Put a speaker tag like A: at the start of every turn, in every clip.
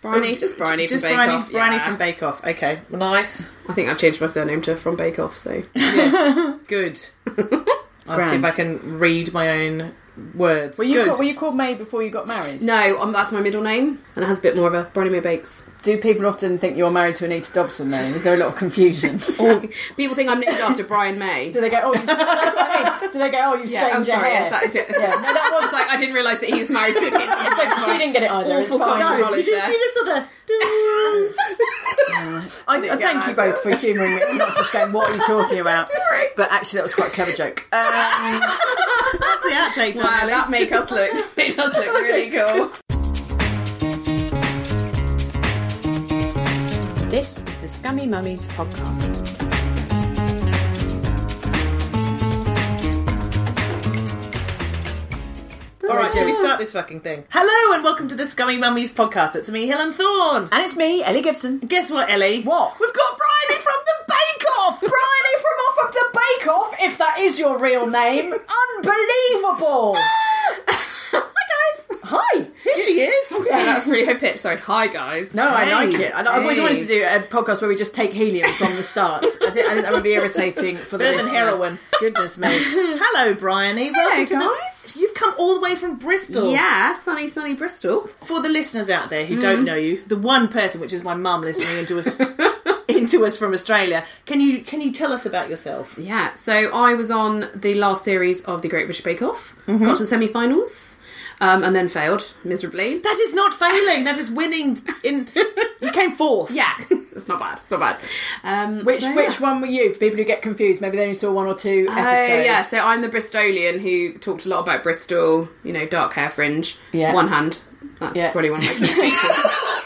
A: Bryony, Oh, just Bryony
B: Just
A: from Bake
B: Bryony,
A: Off.
B: Bryony
A: yeah.
B: from Bake Off. Okay, nice.
A: I think I've changed my surname to from Bake Off, so
B: Yes, good. I'll see
A: Grand.
B: if I can read my own words.
C: Were you,
B: good.
C: called, were you called May before you got married?
A: no, um, that's my middle name, and it has a bit more of a Bryony May Bakes.
C: Do people often think you're married to Anita Dobson then? Is there a lot of confusion?
A: Or people think I'm named after Brian May.
C: Do they go, oh, you, that's what I mean. Do they go, oh, you've
A: Yeah, I'm
C: straightened your
A: sorry.
C: hair?
A: Yes, that,
C: Yeah, no, that was
A: It's like I didn't realise that he was married to me.
C: like, she didn't get it either. It's
A: Awful
C: fine.
A: cultural
B: No, you
A: knowledge
B: just,
A: there.
B: you just sort of. do-
C: I, I
B: get
C: thank you
B: that.
C: both for humouring me. I'm not just going, what are you talking about? But actually, that was quite a clever joke. Um,
B: That's the outtake,
A: Wow,
B: darling.
A: that make us look made us look really cool.
D: This is the Scummy Mummies podcast.
B: All right, should we start this fucking thing? Hello and welcome to the Scummy Mummies podcast. It's me, Helen Thorne.
C: and it's me, Ellie Gibson.
B: Guess what, Ellie?
C: What?
B: We've got Bryony from the Bake Off.
C: Bryony from off of the Bake Off, if that is your real name. Unbelievable!
A: Hi guys.
C: Hi!
B: Here she is.
A: Sorry, that's really high pitched. Sorry. Hi guys.
C: No,
B: Hey.
C: Oh, I like it. I, I've always
A: Hey.
C: wanted to do a podcast where we just take helium from the start. I think, I think that would be irritating for the
B: Better than
C: listener.
B: heroin. Goodness me. Hello, Bryony. Welcome to
A: guys.
B: the. You've come all the way from Bristol.
A: Yeah, sunny, sunny Bristol.
B: For the listeners out there who
A: Mm.
B: don't know you, the one person, which is my mum, listening into us. Into us from Australia. Can you can you tell us about yourself?
A: Yeah, so I was on the last series of the Great British Bake Off,
B: Mm-hmm.
A: got to the semi-finals, um, and then failed miserably.
B: That is not failing. That is winning. In you came fourth.
A: yeah, it's not bad. It's not bad. Um,
C: Which
A: so,
C: which
A: yeah.
C: one were you? For people who get confused, maybe they only saw one or two
A: Oh
C: episodes.
A: yeah, so I'm the Bristolian who talked a lot about Bristol. You know, dark hair fringe.
C: Yeah.
A: One hand. That's
C: Yeah.
A: probably one of my key features.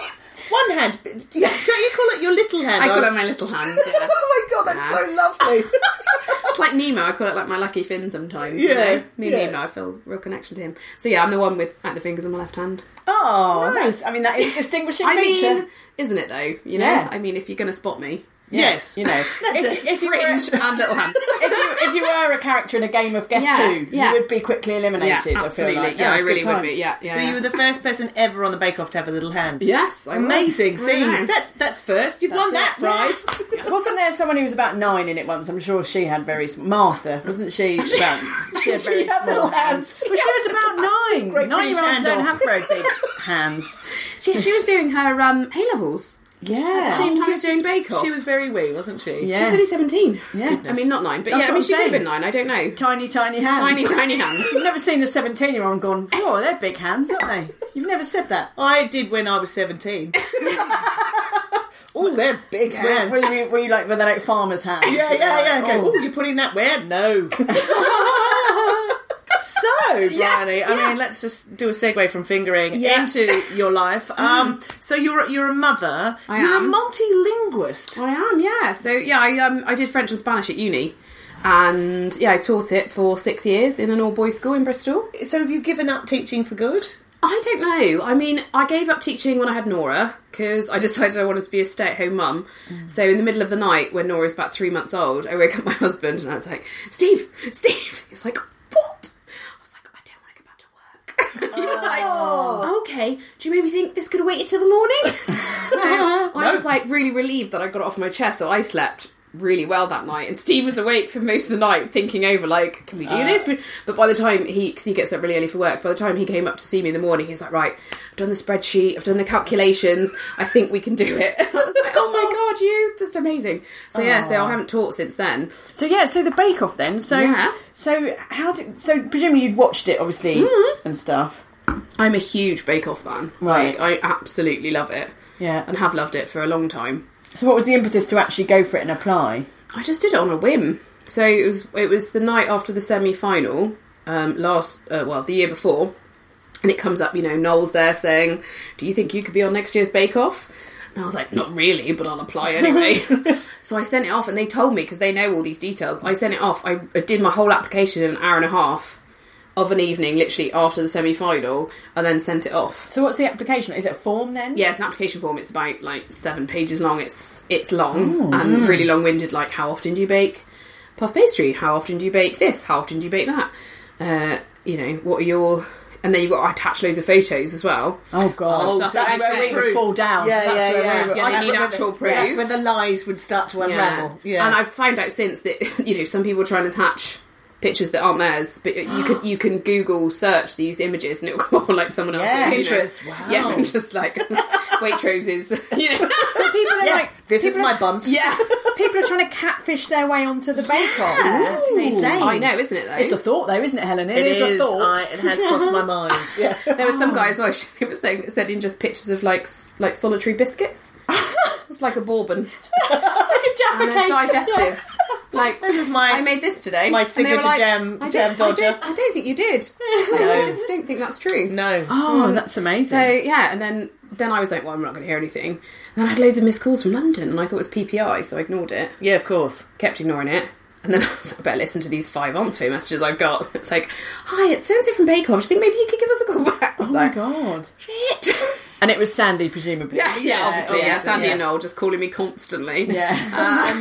B: One hand. Do you, Don't you call it your little hand?
A: I call
B: or-
A: it my little hand. Yeah. Uh-huh.
B: Oh my god, that's so lovely.
A: It's like Nemo. I call it like my lucky fin sometimes.
B: Yeah,
A: You know? Me and
B: yeah.
A: Nemo, I feel real connection to him. So yeah, I'm the one with at the fingers on my left hand.
C: Oh, nice. I mean, that is a distinguishing
A: I
C: feature.
A: mean, isn't it though? You know,
C: Yeah.
A: I mean, if you're going to spot me,
B: yes.
C: you know, if, if you were,
A: fringe
C: if
A: and little hand.
C: you if you were a character in a game of Guess
A: Yeah,
C: Who,
A: yeah.
C: you would be quickly
A: yeah,
C: eliminated.
A: absolutely.
C: I feel like.
A: yeah, I
C: it's good
A: really would be.
C: times.
A: Yeah, yeah.
B: So you were the first person ever on the Bake Off to have a little hand.
A: yes, I was.
B: Amazing.
A: I
B: See,
A: know.
B: that's that's first. You've
A: That's
B: won
A: it.
B: that prize.
C: Wasn't there someone who was about nine in it once? I'm sure she had very sm- Martha, wasn't she? About, she had, very
B: She had
C: small
B: little hands.
C: Well, she was about nine.
B: Great
C: nine
B: British
C: year olds
B: hand
C: don't
B: off.
C: have very big hands.
A: she, she was doing her um, A levels.
C: Yeah.
A: same time
B: Yeah,
A: as doing Bake Off.
B: She was very wee, wasn't she?
C: Yeah.
A: She was only seventeen.
C: Yeah.
A: I mean, not nine, but
C: That's
A: yeah, I mean,
C: what I'm
A: she could have
C: saying.
A: been nine. I don't know.
C: tiny, tiny hands.
A: Tiny, tiny hands.
C: You've never seen a 17 year old and gone, oh, they're big hands, aren't they? You've never said that.
B: I did when I was seventeen. oh, they're big hands.
C: Were you, were you like, were they like farmer's hands?
B: yeah, yeah, yeah. Go.
C: Oh.
B: Oh, you're putting that where? No. So, Bryony, I mean, let's just do a segue from fingering
A: Yeah.
B: into your life. Um, so you're you're a mother.
A: I
B: you're
A: am.
B: a multilinguist.
A: I am, yeah. So yeah, I um I did French and Spanish at uni, and yeah, I taught it for six years in an all boys school in Bristol.
B: So have you given up teaching for good?
A: I don't know. I mean, I gave up teaching when I had Nora because I decided I wanted to be a stay at home mum. So in the middle of the night, when Nora was about three months old, I woke up my husband and I was like, "Steve, Steve," he was like, "What?" I was like, "I don't want to go back to work." he was like, "Okay, do you maybe think this could have waited till the morning?" so I was like really relieved that I got it off my chest, so I slept really well that night, and Steve was awake for most of the night, thinking over like, "Can we
C: Uh.
A: do this?" But by the time he, because he gets up really early for work, by the time he came up to see me in the morning, he was like, "Right, I've done the spreadsheet, I've done the calculations, I think we can do it." I was like, "Oh my god, you just amazing!" So yeah, so I haven't taught since then.
C: So yeah, so the Bake Off then. So
A: Yeah.
C: so how did so presumably you'd watched it obviously and stuff.
A: I'm a huge Bake Off fan.
C: Right.
A: Like, I absolutely love it.
C: Yeah.
A: and have loved it for a long time.
C: So what was the impetus to actually go for it and apply?
A: I just did it on a whim. So it was it was the night after the semi final um, last uh, well the year before, and it comes up. You know, Noel's there saying, "Do you think you could be on next year's Bake Off?" And I was like, "Not really, but I'll apply anyway." so I sent it off, and they told me because they know all these details. I sent it off. I, I did my whole application in an hour and a half of an evening, literally after the semi final, and then sent it off.
C: So what's the application? Is it a form then?
A: Yeah, it's an application form. It's about like seven pages long. It's it's long
C: Oh,
A: and really long winded. Like, how often do you bake puff pastry? How often do you bake this? How often do you bake that? Uh, you know, what are your and then you've got to attach loads of photos as well.
C: Oh god.
A: Oh,
C: that's
A: stuff
C: where
A: actually
C: we would
A: proved.
C: fall down.
B: Yeah,
C: that's
B: yeah,
C: where
B: yeah.
C: We would,
A: Yeah,
C: I-
A: they need actual proof.
B: That's when the lies would start to unravel. Yeah.
A: And I've found out since that you know some people try and attach pictures that aren't theirs, but you could you can Google search these images and it'll come on like someone else's.
C: Yeah,
A: you know.
B: Pinterest. Wow.
A: Yeah, and just like Waitrose's. You know.
C: people are
B: Yes,
C: like
B: this is
C: people
B: my
C: are-
B: bunt.
A: yeah.
C: people are trying to catfish their way onto the Bake Off. That's insane.
A: I know, isn't it though?
C: It's a thought though, isn't it, Helen?
B: It is.
C: a thought.
B: I, it has crossed my mind. Yeah.
A: There was
B: Ah.
A: some guy as well. She they were saying that sending just pictures of like s- like solitary biscuits. It's like a bourbon and a digestive. Like
B: This is my-
A: I made this today.
B: my
A: And they were
B: signature jam-
A: I don't-
B: jam
A: I don't-
B: dodger.
A: I don't, think you did. I just don't think that's true.
B: No.
C: Oh, that's amazing.
A: So yeah, and then then I was like, well, I'm not going to hear anything. And then I had loads of missed calls from London, and I thought it was PPI, so I ignored it.
B: Yeah, of course.
A: Kept ignoring it. And then I was like, I better listen to these five answer messages I've got. It's like, hi, it's Sensei from Bake Off. Do you think maybe you could give us a call back? I was
C: oh my
A: like,
C: god.
A: shit.
C: And it was Sandy, presumably.
A: Yeah, yeah, obviously, yeah.
C: obviously,
A: Sandy
C: yeah.
A: and Noel just calling me constantly. Um,
C: Yeah.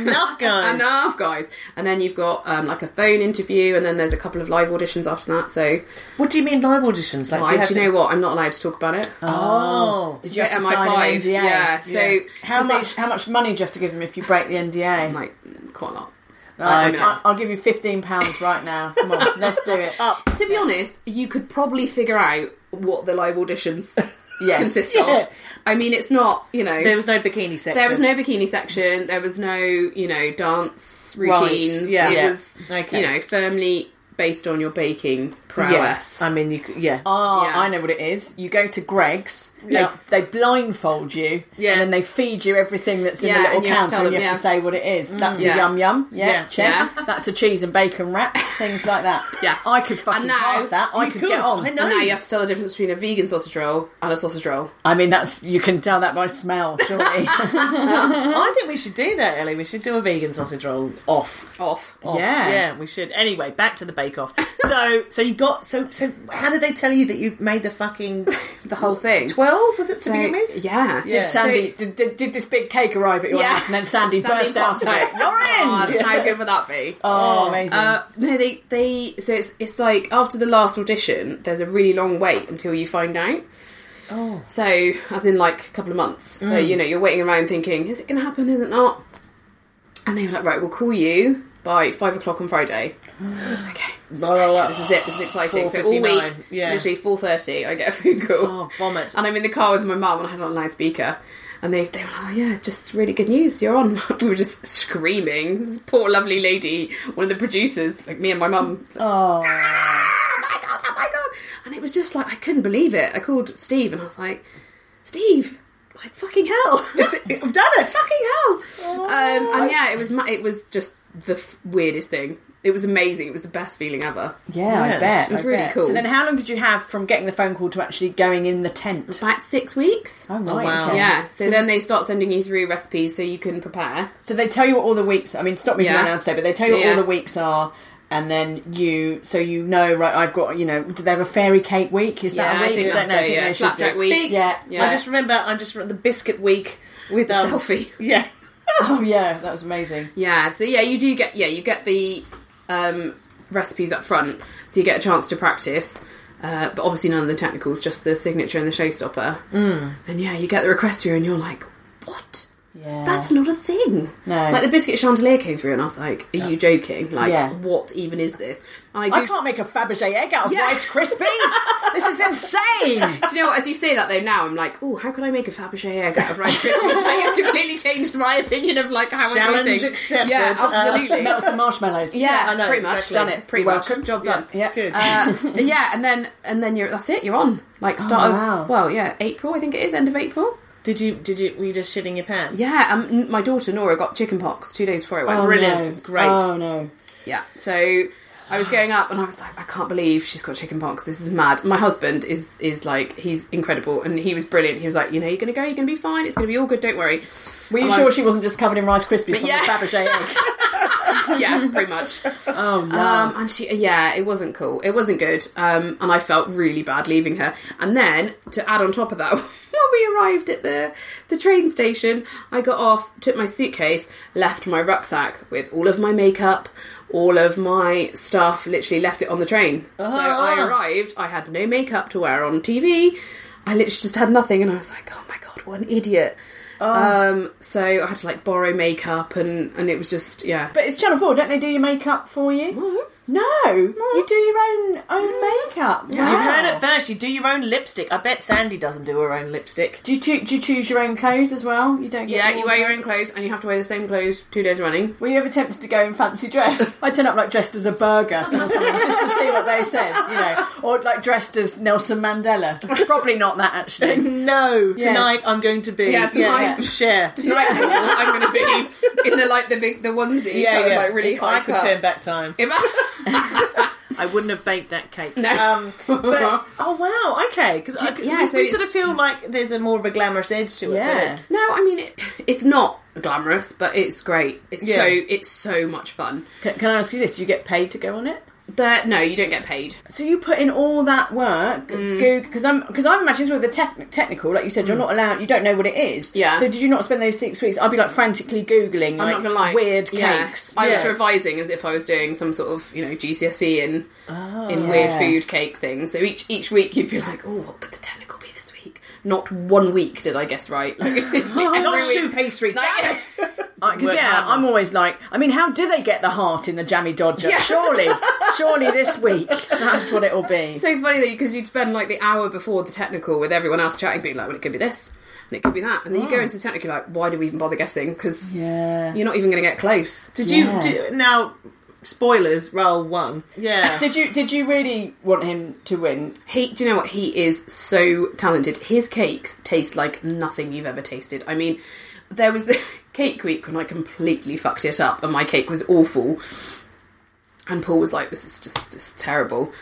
B: Enough, guys.
A: Enough, guys. And then you've got um, like a phone interview, and then there's a couple of live auditions after that. So,
B: What do you mean live auditions? Like,
A: I, do
B: Uh, do you
A: you
B: have to
A: know what? I'm not allowed to talk about it.
B: Oh,
C: Did you have to sign an NDA?
A: Yeah. So, Oh
C: how
A: 'cause they-
C: much how much money do you have to give them if you break the NDA?
A: Like quite a lot.
C: I,
A: don't know.
B: Uh,
C: I, will give you fifteen pounds right now. Come on, let's do it. Up.
B: uh,
A: To be honest, you could probably figure out what the live auditions
C: Yes.
A: consist
B: Yeah.
A: of. I mean, it's not you know
B: there was no bikini section.
A: There was no bikini section. There was no, you know, dance routines.
B: yeah.
A: It
B: Yeah.
A: was,
B: Okay.
A: you know, firmly based on your baking prowess. Uh-huh.
B: Yes, I mean you. Could, yeah.
C: Oh,
A: Yeah.
C: I know what it is. You go to Greg's.
B: Yeah.
C: They, they blindfold you,
B: Yeah.
C: and then they feed you everything that's in
A: Yeah,
C: the little
A: and you have to
C: counter,
A: tell
C: and you
A: them,
C: have to
A: yeah. Mm.
C: say what it is. That's
A: Yeah.
C: a yum yum, yeah,
B: Yeah.
C: check.
A: Yeah.
C: That's a cheese and bacon wrap, things like that.
A: Yeah.
C: I could fucking
A: And now-
C: pass that. I
B: You
C: could, get on.
B: I know.
A: And now you have to tell the difference between a vegan sausage roll and a sausage roll.
C: I mean, that's you can tell that by smell, surely.
B: I think we should do that, Ellie. We should do a vegan sausage roll off.
A: Off.
B: off.
C: Yeah.
B: yeah, we should. Anyway, back to the Bake Off. So, so you got so so. How did they tell you that you've made the fucking
A: The whole thing.
B: twelve? Was it to begin
A: So,
B: with?
A: yeah.
B: Yeah.
C: Did Sandy did, did, did this big cake arrive at your house and then Sandy, burst out
A: popped
C: of it? You're in.
A: God, How good would that be?
C: Oh, amazing!
A: Uh, no, they they so it's it's like after the last audition, there's a really long wait until you find out. Oh. So as in like a couple of months. So you know you're waiting around thinking, is it going to happen? Is it not? And they were like, right, we'll call you by five o'clock on Friday. okay,
B: La, la, la.
A: this is it. This is exciting. So all
B: 4:59,
A: week,
B: yeah.
A: literally four thirty, I get a phone call.
B: Oh, vomit.
A: And I'm in the car with my mum, and I had it on loudspeaker. And they, they were like, oh yeah, just really good news, you're on. We were just screaming. This poor lovely lady, one of the producers, like me and my mum.
C: oh,
A: Oh my god, oh my god. And it was just like, I couldn't believe it. I called Steve and I was like, Steve, like fucking hell.
B: I've done it. Oh.
A: fucking hell. Um, and yeah, it was, ma- it was just the f- weirdest thing. It was amazing. It was the best feeling ever.
C: yeah, I bet.
A: It was
C: I
A: really
C: bet.
A: cool.
C: So then, how long did you have from getting the phone call to actually going in the tent?
A: About six weeks.
C: Oh, right,
B: wow.
C: okay.
A: Yeah, so then they start sending you through recipes so you can prepare.
C: So they tell you what all the weeks. I mean, stop me if
A: Yeah.
C: you're allowed to say, but they tell you what
A: Yeah.
C: all the weeks are, and then you, so you know, right? I've got, you know, do they have a fairy cake week? Is that
A: Yeah,
C: a
A: I
C: week?
A: think
C: don't
A: that's
C: know.
A: it,
C: I think
A: yeah.
C: they should do-
A: Flapjack week.
C: Yeah,
A: Yeah.
B: I just remember. I just remember the biscuit week with um,
A: Selfie.
B: Yeah.
C: Oh yeah, that was amazing.
A: Yeah, so yeah, you do get yeah, you get the um, recipes up front, so you get a chance to practice. Uh, but obviously none of the technicals, just the signature and the showstopper. Mm. And yeah, you get the request through, and you're like, what?
C: Yeah.
A: That's not a thing.
C: No.
A: Like the biscuit chandelier came through, and I was like, "Are you joking? Like,
C: Yeah.
A: what even is this?" And I,
C: I
A: do,
C: can't make a Fabergé egg out of
A: Yeah.
C: Rice Krispies. this is insane.
A: Do you know what? As you say that though, now I'm like, "Oh, how could I make a Fabergé egg out of Rice Krispies?" like, it's completely changed my opinion of like how I
B: Challenge
A: do things.
B: accepted.
A: Yeah,
B: Uh,
A: absolutely.
C: Melt some marshmallows.
A: yeah,
B: I know,
A: pretty much
B: exactly.
C: Done it.
A: Pretty
C: You're
A: much.
C: welcome.
A: Job done.
B: Yeah. Good.
A: Uh, yeah, and then and then you're that's it. You're on like start of
C: Oh, wow.
A: well, yeah, April I think it is end of April.
B: did you? Did you? Were you just shitting your pants?
A: Yeah, um, n- my daughter Nora got chickenpox two days before it went.
C: Oh,
B: Brilliant.
C: no.
B: Great.
C: Oh no.
A: Yeah. So I was going up and I was like, I can't believe she's got chickenpox. This is mad. My husband is is like, he's incredible and he was brilliant. He was like, you know, you're gonna go, you're gonna be fine. It's gonna be all good. Don't worry.
C: Were you
A: I'm
C: sure
A: like-
C: she wasn't just covered in Rice Krispies from
A: Yeah.
C: the Fabergé egg?
A: yeah, pretty much.
C: Oh no.
A: Um, and she, yeah, it wasn't cool. It wasn't good. Um, and I felt really bad leaving her. And then to add on top of that, when we arrived at the the train station, I got off, took my suitcase, left my rucksack with all of my makeup, all of my stuff. Literally left it on the train. So I arrived. I had no makeup to wear on TV. I literally just had nothing, and I was like, oh my god, what an idiot. Um, so I had to like borrow makeup, and and it was just yeah.
C: But it's Channel Four, don't they do your makeup for you? No, you do your own own makeup.
B: You
C: Wow.
B: heard it first. You do your own lipstick. I bet Sandy doesn't do her own lipstick.
C: Do you, choo- do you choose your own clothes as well? You don't. Get
A: Yeah,
C: your
A: you wear your
C: wardrobe?
A: own clothes and you have to wear the same clothes two days running.
C: Were you ever tempted to go in fancy dress? I turn up like dressed as a burger or something just to see what they said, you know, or like dressed as Nelson Mandela. Probably not that actually.
B: No, tonight I'm going to be.
A: Yeah, tonight.
B: share.
A: Tonight, I'm going to be in the like the big the onesie,
B: Yeah,
A: kind of,
B: yeah.
A: like really
B: If
A: high
B: I could
A: cut.
B: turn back time.
A: If I-
B: I wouldn't have baked that cake.
A: No.
B: Um, but, oh wow. Okay. Because
A: yeah,
B: we,
A: so
B: we
A: it's-
B: sort of feel like there's a more of a glamorous edge to it.
C: Yeah.
B: But it's,
A: no, I mean it, it's not glamorous, but it's great. It's
B: Yeah.
A: so it's so much fun.
C: Can, can I ask you this? Do you get paid to go on it?
A: The, no, you don't get paid.
C: So you put in all that work,
A: Mm.
C: because I'm because I'm imagining with the tech technical, like you said, you're not allowed, you don't know what it is.
A: Yeah.
C: So did you not spend those six weeks? I'd be like frantically googling,
A: I'm
C: like
A: not gonna lie.
C: weird
A: Yeah.
C: cakes.
A: I was
B: Yeah.
A: revising as if I was doing some sort of you know GCSE E in
B: Oh,
A: in weird
C: Yeah.
A: food cake thing. So each each week you'd be like, oh, what could the technical be this week? Not one week did I guess right. Like,
B: not
A: every
B: shoe
A: week-
B: pastry.
A: Like,
B: damn it.
C: Because yeah, I'm always like, I mean, how do they get the heart in the jammy dodger? Surely, surely this week that's what it'll be.
A: so funny that because you'd spend like the hour before the technical with everyone else chatting, being like, "Well, it could be this, and it could be that," and then you
B: Mm.
A: go into the technical, you're like, "Why do we even bother guessing?" Because
C: Yeah.
A: you're not even going to get close.
B: Did
C: Yeah.
B: you do, now? Spoilers. Roll one. Yeah.
C: Did you did you really want him to win?
A: He, do you know what? He is so talented. His cakes taste like nothing you've ever tasted. I mean, there was the cake week when I completely fucked it up, and my cake was awful. And Paul was like, "This is just this is terrible."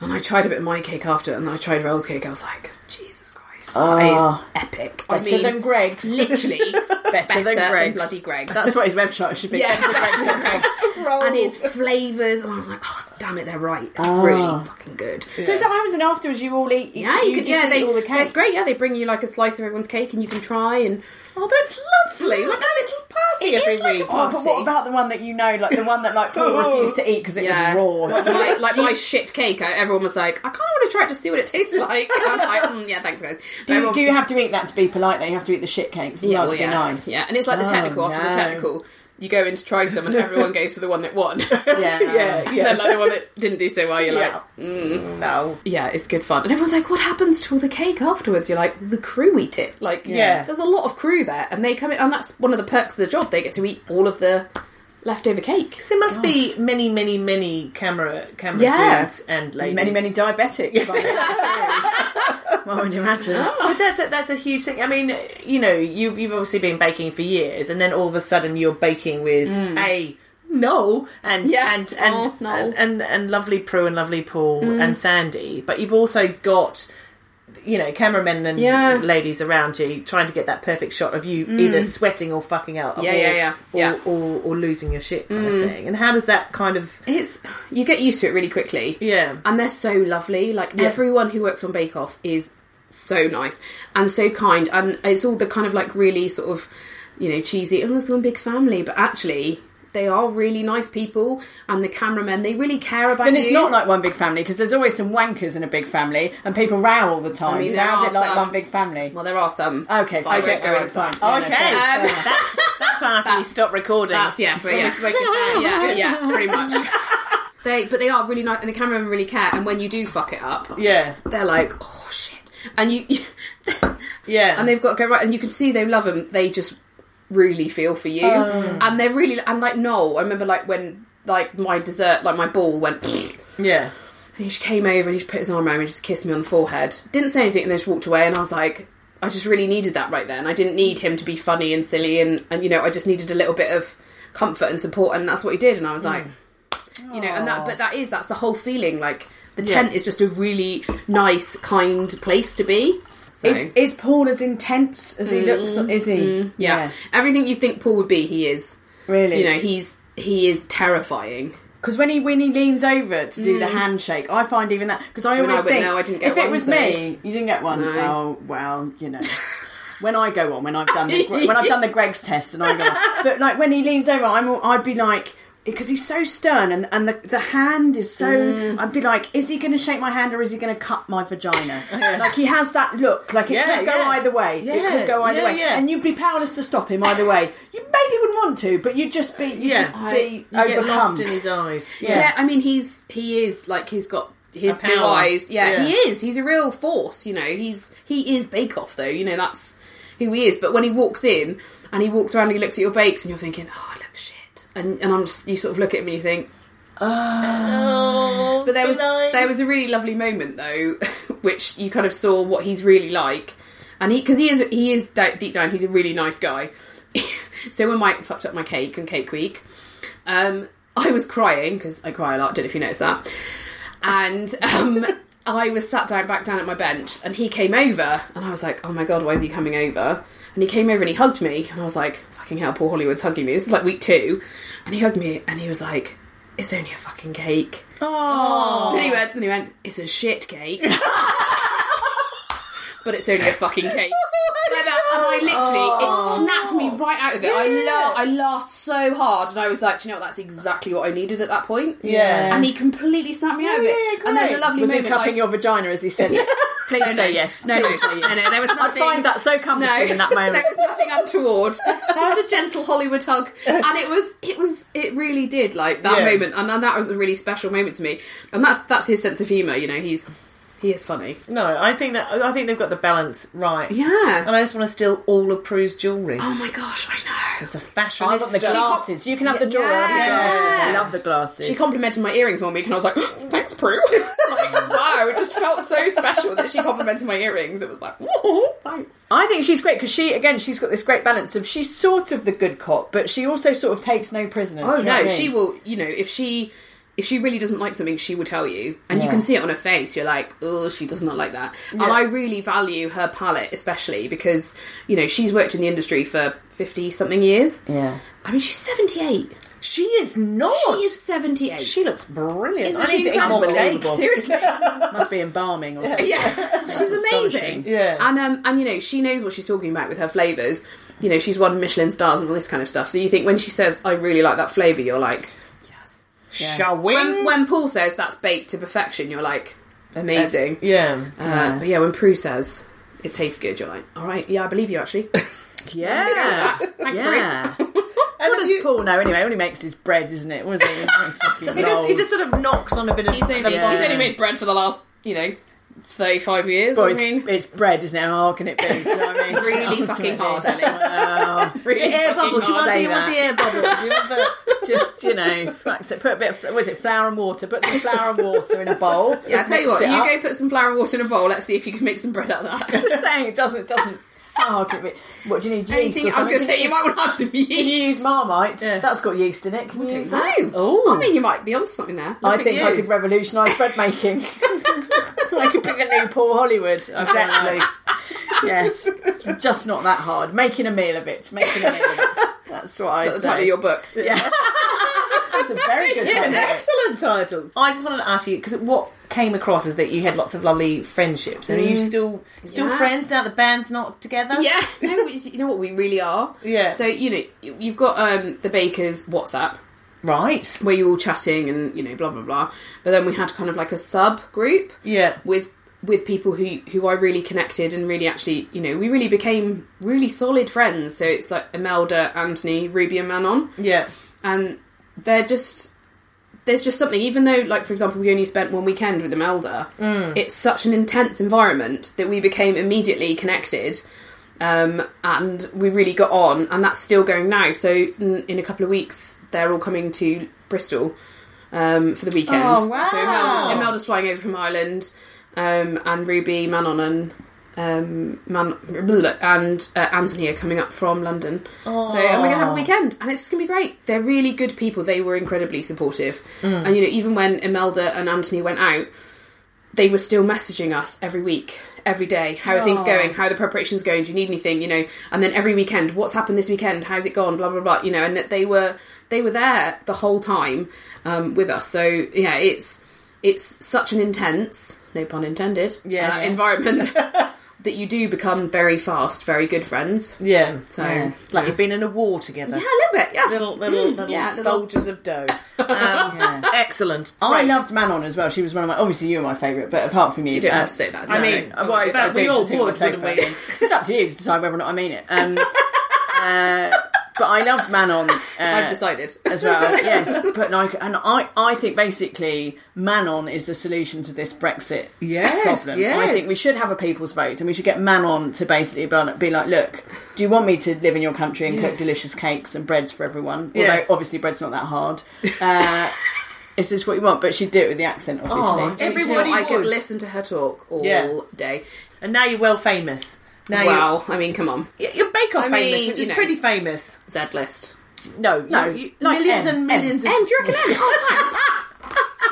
A: And I tried a bit of my cake after, and then I tried Raoul's cake. I was like, "Jesus Christ,
C: Ah.
A: that is epic!" I
C: Better
A: mean,
C: than Greg's.
A: literally
C: better, than Greg's.
A: bloody Greg's.
C: That's what his website should be.
A: Yeah,
C: Better than
A: better than
C: Greg's.
A: and his flavours, and I was like, oh damn it, they're right. It's really fucking good.
C: So is that what happens? And afterwards, you all eat.
A: Yeah, you, can.
C: just
A: Yeah,
C: eat
A: they,
C: all the cakes.
A: It's great. Yeah, they bring you like a slice of everyone's cake, and you can try. And
B: Oh, that's lovely. Like a little party
A: It is
B: every
A: like a
B: week.
C: Oh, but what
A: Party.
C: about the one that you know, like the one that like Paul refused to eat because it
A: yeah,
C: was raw?
A: Like my, like my shit cake. I, everyone was like, I kind of want to try it to see what it tastes like. And I'm like, mm, yeah, thanks guys. But
C: Do you,
A: everyone-
C: do you have to eat that to be polite? Though you have to eat the shit cakes as
A: yeah,
C: well
A: well,
C: to be
A: yeah,
C: nice.
A: Yeah, and it's like the
C: Oh,
A: technical after the
C: no.
A: technical. You go in to try some, and everyone goes for the one that won.
C: yeah,
B: Yeah, yeah.
A: They're like the one that didn't do so well. You're
B: Yeah.
A: like, mm, no. Yeah, it's good fun. And everyone's like, what happens to all the cake afterwards? You're like, the crew eat it. Like,
B: Yeah.
A: there's a lot of crew there, and they come in, and that's one of the perks of the job. They get to eat all of the leftover cake.
B: So there must be many, many, many camera camera
A: Yeah.
B: dudes and ladies.
C: Many, many diabetics. by the end of the series. What would you imagine?
B: But that's a, that's a huge thing. I mean, you know, you've you've obviously been baking for years, and then all of a sudden you're baking with a Noel and
A: Mm. Yeah.
B: and and,
A: Oh, Noel. Mm.
B: and and and lovely Prue and lovely Paul and Sandy, but you've also got you know cameramen and
A: Yeah. Mm.
B: ladies around you trying to get that perfect shot of you either sweating or fucking out,
A: Yeah,
B: or,
A: yeah, yeah.
B: or,
A: Yeah. Mm.
B: Or, or losing your shit kind of thing. And how does that kind of
A: It's you get used to it really quickly.
B: Yeah.
A: and they're so lovely. Like everyone who works on Bake Off is so nice and so kind, and it's all the kind of like really sort of you know cheesy. Oh, it's one big family, but actually. they are really nice people, and the cameramen they really care about
C: Then
A: you.
C: it's not like one big family because there's always some wankers in a big family and people row all the time.
A: I mean,
C: so
A: there
C: how's
A: are
C: it like
A: some.
C: one big family?
A: well, there are some.
C: Okay,
A: but I
C: fine.
A: won't go
C: Alright,
A: into that.
C: fine. Yeah, no,
B: Okay.
C: fine.
A: Um,
B: that's that's when after you stop recording.
A: That's yeah, but yeah.
B: Just make it down.
A: yeah, yeah, pretty much. They, but they are really nice, and the cameramen really care. And when you do fuck it up,
B: yeah,
A: they're like, "Oh shit!" And you,
B: yeah.
A: and they've got to go right. And you can see they love him. They just really feel for you, and they're really. And like Noel, I remember like when like my dessert, like my ball went, and
B: yeah,
A: he just came over and he just put his arm around me and just kissed me on the forehead. Didn't say anything, and then just walked away. And I was like, I just really needed that right then. I didn't need him to be funny and silly, and and you know, I just needed a little bit of comfort and support, and that's what he did. And I was like. You know, and that, but that is that's the whole feeling. Like the tent is just a really nice, kind place to be. So. Mm,
C: Is, is Paul as intense as he looks? Is he?
A: Yeah. Everything you think Paul would be, he is.
C: Really?
A: You know, he's he is terrifying.
C: Because when he when he leans over to do the handshake, I find even that because I
A: mean, I
C: always
A: would
C: think
A: know, I didn't get
C: if it
A: one,
C: was
A: so-
C: me, you didn't get one.
A: No.
C: Oh well, you know. When I go on, when I've done the, when I've done the Greg's test, and I go, but like when he leans over, I'm all, I'd be like because he's so stern, and and the, the hand is so. I'd be like, is he going to shake my hand or is he going to cut my vagina? like he has that look, like it
B: Yeah,
C: could go
B: yeah.
C: either way. It
B: Yeah,
C: could go either
B: yeah,
C: way,
B: yeah.
C: and you'd be powerless to stop him either way. You maybe wouldn't want to, but you'd just be you'd
B: Yeah.
C: just
B: I-
C: be
B: You
C: overcome.
B: get lost in his eyes. Yeah,
A: Yeah, I mean he's he is like he's got his
B: A
A: blue
B: power.
A: eyes. Yeah,
B: Yeah.
A: he is. He's a real force, you know. He's he is Bake Off though, you know, that's who he is. But when he walks in and he walks around and he looks at your bakes and you're thinking, Oh I look shit and and I'm just you sort of look at him and you think
B: Oh,
A: But there
B: be
A: was
B: nice.
A: there was a really lovely moment though, which you kind of saw what he's really like, and he because he is he is di- deep down he's a really nice guy. so when Mike fucked up my cake on Cake Week, um, I was crying because I cry a lot. Don't know if you noticed that, and um, I was sat down back down at my bench, and he came over, and I was like, oh my god, why is he coming over? And he came over and he hugged me, and I was like, fucking hell, Paul Hollywood's hugging me. This is like week two, and he hugged me, and he was like, it's only a fucking cake. Then he went, then he went, it's a shit cake. but it's only a fucking cake. Like that, and Oh, I literally, it snapped me right out of it. I, la- I laughed so hard, and I was like, Do you know what? That's exactly what I needed at that point.
B: Yeah.
A: And he completely snapped me out of it. and there's a lovely
C: was
A: moment.
C: he cupping
A: like,
C: your vagina as he said it? Please say yes.
A: no, no,
C: Please say
A: no,
C: yes.
A: no, there was
C: I
A: nothing.
C: find that so comforting in that moment.
A: there was nothing untoward. Just a gentle Hollywood hug, and it was, it was, it really did like that
B: Yeah.
A: moment, and, and that was a really special moment to me. And that's that's his sense of humour. You know, he's he is funny.
B: no, I think that I think they've got the balance right.
A: Yeah.
B: and I just want to steal all of Prue's jewellery.
A: Oh my gosh, I know.
B: It's a fashion.
C: I want the glasses. You can have the drawer. I love the glasses. I love the glasses.
A: She complimented my earrings one week, and I was like, "Thanks, Prue." like, wow, it just felt so special that she complimented my earrings. It was like, "Whoa, thanks."
C: I think she's great because she, again, she's got this great balance of she's sort of the good cop, but she also sort of takes no prisoners. do
A: Oh
C: you know what
A: no,
C: I mean?
A: she will. You know, if she if she really doesn't like something, she will tell you, and you
C: Yeah.
A: can see it on her face. You're like, "Oh, she does not like that." And I really value her palette, especially because you know she's worked in the industry for fifty something years.
C: Yeah.
A: I mean, she's seventy eight.
B: She is not.
A: She is seventy eight.
B: She looks brilliant.
A: Isn't
B: I need
A: she
B: to eat more
A: incredible?
B: cake.
A: Seriously.
C: Must be embalming or something.
A: Yeah, she's amazing.
C: astonishing.
B: Yeah.
A: and um, and you know she knows what she's talking about with her flavors. You know she's won Michelin stars and all this kind of stuff. So you think when she says, "I really like that flavor," you're like,
B: Shall we?
C: Mm.
A: when, when Paul says that's baked to perfection, you're like, amazing.
B: yeah.
A: Uh, But yeah, when Prue says it tastes good, you're like, all right, yeah, I believe you actually.
C: Yeah. Yeah.
B: And
C: What
B: then
C: does
B: you-
C: Paul know anyway? When he makes his bread, isn't it? What is it?
B: he
C: Fucking
B: just he
C: rolls.
B: just sort of knocks on a bit of
A: he's only
B: the bottom.
A: he's only made bread for the last you know thirty five years.
C: Well,
A: I
C: it's,
A: mean,
C: it's bread, isn't it? How hard can it be? Do you know what I mean?
A: really fucking hard, Ellie.
C: Wow.
A: Really
B: The air
A: fucking
B: bubbles. You
A: hard.
B: want,
C: say
B: you want
C: that.
B: the air bubbles. You want the-
C: just you know, flax it. Put a bit. Of, was it flour and water? Put some flour and water in a bowl.
A: Yeah, I tell you what,
C: Mix it
A: you
C: up.
A: go put some flour and water in a bowl. Let's see if you can make some bread out of that.
C: Just saying, it doesn't. It doesn't. How hard can it be? What do you need? Yeast
A: Anything,
C: or
A: I was
C: something?
A: going to say, you might want to have some yeast.
C: Can you use Marmite?
B: Yeah.
C: That's got yeast in it. Can you use that?
A: Oh, I mean, you might be onto something there.
C: I
B: at
C: think I
B: you.
C: could revolutionise bread making. I could be the new Paul Hollywood. Exactly. yes. Just not that hard. Making a meal of it. Making a meal of it. That's what I
A: That's the title of
C: say.
A: your book.
C: yeah. That's a very good
B: An
C: idea.
B: excellent title. I just wanted to ask you because what came across is that you had lots of lovely friendships, and are you still still
A: Mm. Yeah.
B: friends now? The band's not together.
A: Yeah, no, we- you know what we really are.
B: Yeah.
A: So you know, you- you've got um, the baker's WhatsApp,
B: Right.
A: where you were all chatting and you know blah blah blah but then we had kind of like a sub group
B: Yeah.
A: with with people who who I really connected and really actually you know we really became really solid friends so it's like Imelda Anthony Ruby and Manon
B: Yeah.
A: and they're just there's just something even though like for example we only spent one weekend with Imelda
B: Mm.
A: it's such an intense environment that we became immediately connected um, and we really got on and that's still going now so in, in a couple of weeks they're all coming to Bristol um, for the weekend
B: Oh, wow.
A: so Imelda's, Imelda's flying over from Ireland um, and Ruby Manon and um, Man- and uh, Anthony are coming up from London. So and we're gonna have a weekend, and it's gonna be great. They're really good people. They were incredibly supportive, and you know even when Imelda and Anthony went out, they were still messaging us every week, every day. How are things going? How are the preparations going? Do you need anything? You know, and then every weekend, what's happened this weekend? How's it gone? Blah blah blah. You know, and that they were they were there the whole time um, with us. So yeah, it's it's such an intense, no pun intended,
B: Yes.
A: uh, environment that you do become very fast, very good friends.
B: Yeah.
A: So
B: Yeah.
A: yeah,
B: Like you've been in a war together.
A: a little bit, yeah.
B: Little little little
A: yeah, little-
B: soldiers of dough. Um, Excellent.
C: Oh, I
B: Right.
C: loved Manon as well. She was one of my. Obviously, you were my favourite, but apart from you,
A: You don't
C: uh,
A: have to say that.
B: I
A: no.
B: mean,
A: Oh,
B: well,
A: if
B: that-
A: I
C: I
B: we
C: do
B: all
C: just think
B: would,
C: I'm so
B: wouldn't we?
C: fair. it's up to you to decide whether or not I mean it. Um, uh, but I loved Manon. Uh,
A: I've decided.
C: as well. Yes, but like, and I, I think basically Manon is the solution to this Brexit
B: Yes,
C: problem.
B: yes.
C: I think we should have a people's vote, and we should get Manon to basically be be like, look, do you want me to live in your country and cook delicious cakes and breads for everyone?
B: Yeah.
C: Although obviously bread's not that hard. Uh, Is this what you want? But she'd do it with the accent, obviously.
B: every-
A: Do you know what?
B: everybody
A: I could
B: would.
A: listen to her talk all
B: Yeah.
A: day.
B: And now you're well famous. Now
A: wow, I mean, come on,
B: you're, you're Bake Off
A: I
B: famous,
A: mean,
B: which
A: you
B: is
A: know.
B: pretty famous.
A: Z list.
B: No, no, you,
C: like
B: millions
C: M,
B: and millions
A: M, do you reckon M? Oh,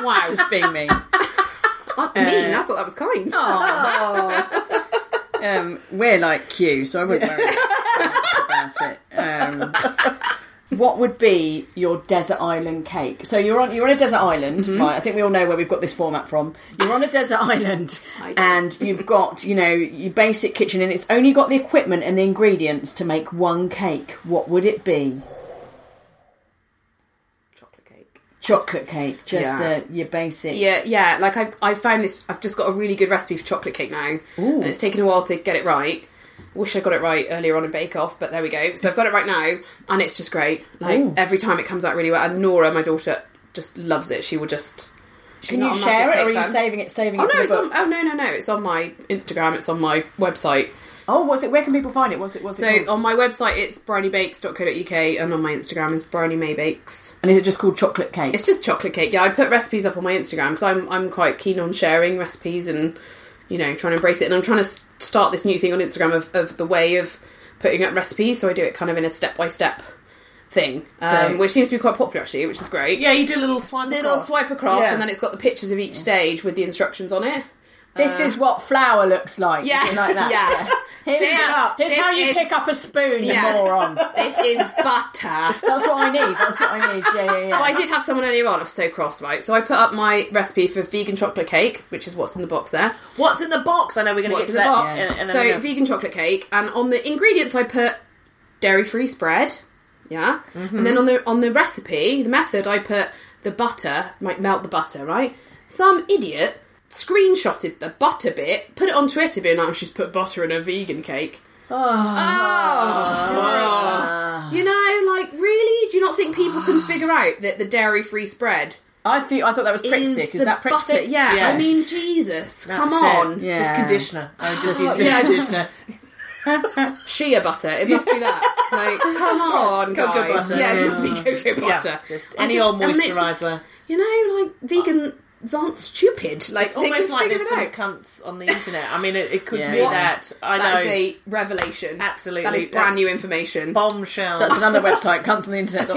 A: wow. wow, Uh,
B: just being me.
A: not mean. I thought that was kind.
C: um, we're like Q, so I wouldn't worry about it. Um, what would be your desert island cake? So you're on you're on a desert island,
A: Mm-hmm.
C: right? I think we all know where we've got this format from. You're on a desert island, and you've got you know your basic kitchen, and it's only got the equipment and the ingredients to make one cake. What would it be?
A: Chocolate cake.
C: Chocolate cake, just
A: Yeah.
C: uh, your basic.
A: Yeah, yeah. Like I, I found this. I've just got a really good recipe for chocolate cake now, and it's taken a while to get it right. Wish I got it right earlier on in Bake Off, but there we go. So I've got it right now, and it's just great. Like every time it comes out really well. And Nora, my daughter, just loves it. She will just. she's
C: Can
A: not
C: you
A: a massive
C: share it, or are
A: cake
C: you
A: fan.
C: saving it? Saving
A: Oh
C: it for
A: no,
C: the
A: it's
C: book?
A: on. Oh no, no, no! It's on my Instagram. It's on my website.
C: Oh, what's it? Where can people find it? What's it? What's
A: So oh.
C: it?
B: Oh.
C: called?
A: on my website, it's brinybakes.co.uk, and on my Instagram is brinymaybakes.
C: and is it just called chocolate cake?
A: It's just chocolate cake. Yeah, I put recipes up on my Instagram because I'm I'm quite keen on sharing recipes and you know trying to embrace it. And I'm trying to s- start this new thing on Instagram of, of the way of putting up recipes. So I do it kind of in a step by step thing, um,
C: So-
A: which seems to be quite popular actually, which is great.
B: Yeah, you do a little swipe
A: Little
B: across.
A: swipe across,
B: Yeah.
A: and then it's got the pictures of each stage with the instructions on it.
C: This is what flour looks like.
A: Uh, Yeah.
C: something like that.
A: Yeah.
C: Here's,
A: This-
C: here's
A: this
C: how you
A: is-
C: pick up a spoon,
A: Yeah.
C: you moron. That's
A: This is butter.
C: what I need. That's what I need. Yeah, yeah, yeah.
A: But I did have someone earlier on. I was so cross, right? So I put up my recipe for vegan chocolate cake, which is what's in the box there.
B: What's in the box? I know we're going to get
A: What's in
B: to
A: the
B: that.
A: box?
B: and- and then
A: so
B: we're gonna-
A: vegan chocolate cake, and on the ingredients I put dairy-free spread. Yeah, and then on the on the recipe, the method I put the butter, might melt the butter, right? Some idiot screenshotted the butter bit, put it on Twitter, being like, "I just put butter in a vegan cake." Oh. you know, like really? Do you not think people can figure out that the dairy-free spread?
C: I, thi- I thought that was prick stick. Is
A: the
C: that prick
A: butter?
C: stick?
A: Yeah.
B: Yeah.
A: I mean, Jesus, come
B: That's it.
A: on.
B: Just conditioner. I would just use a bit
A: yeah,
B: of
A: just-
B: conditioner.
A: Shea butter. It must be that. Like, come on, guys.
B: Cocoa butter,
A: Yeah,
B: yeah.
A: it must be cocoa
B: Yeah,
A: butter.
B: just
A: I
B: any old
A: and it's just,
B: moisturiser.
A: You know, like vegans aren't stupid. Like, they
B: Almost
A: can
B: like
A: figure
B: there's some
A: it out.
B: cunts on the internet. I mean, it, it could
C: Yeah.
B: be
C: What?
B: that. I
A: That is
B: know.
A: a revelation.
B: Absolutely.
A: that is brand
B: That's-
A: new information. Oh
B: bombshell.
C: That's another website. Comes from the internet.
A: Oh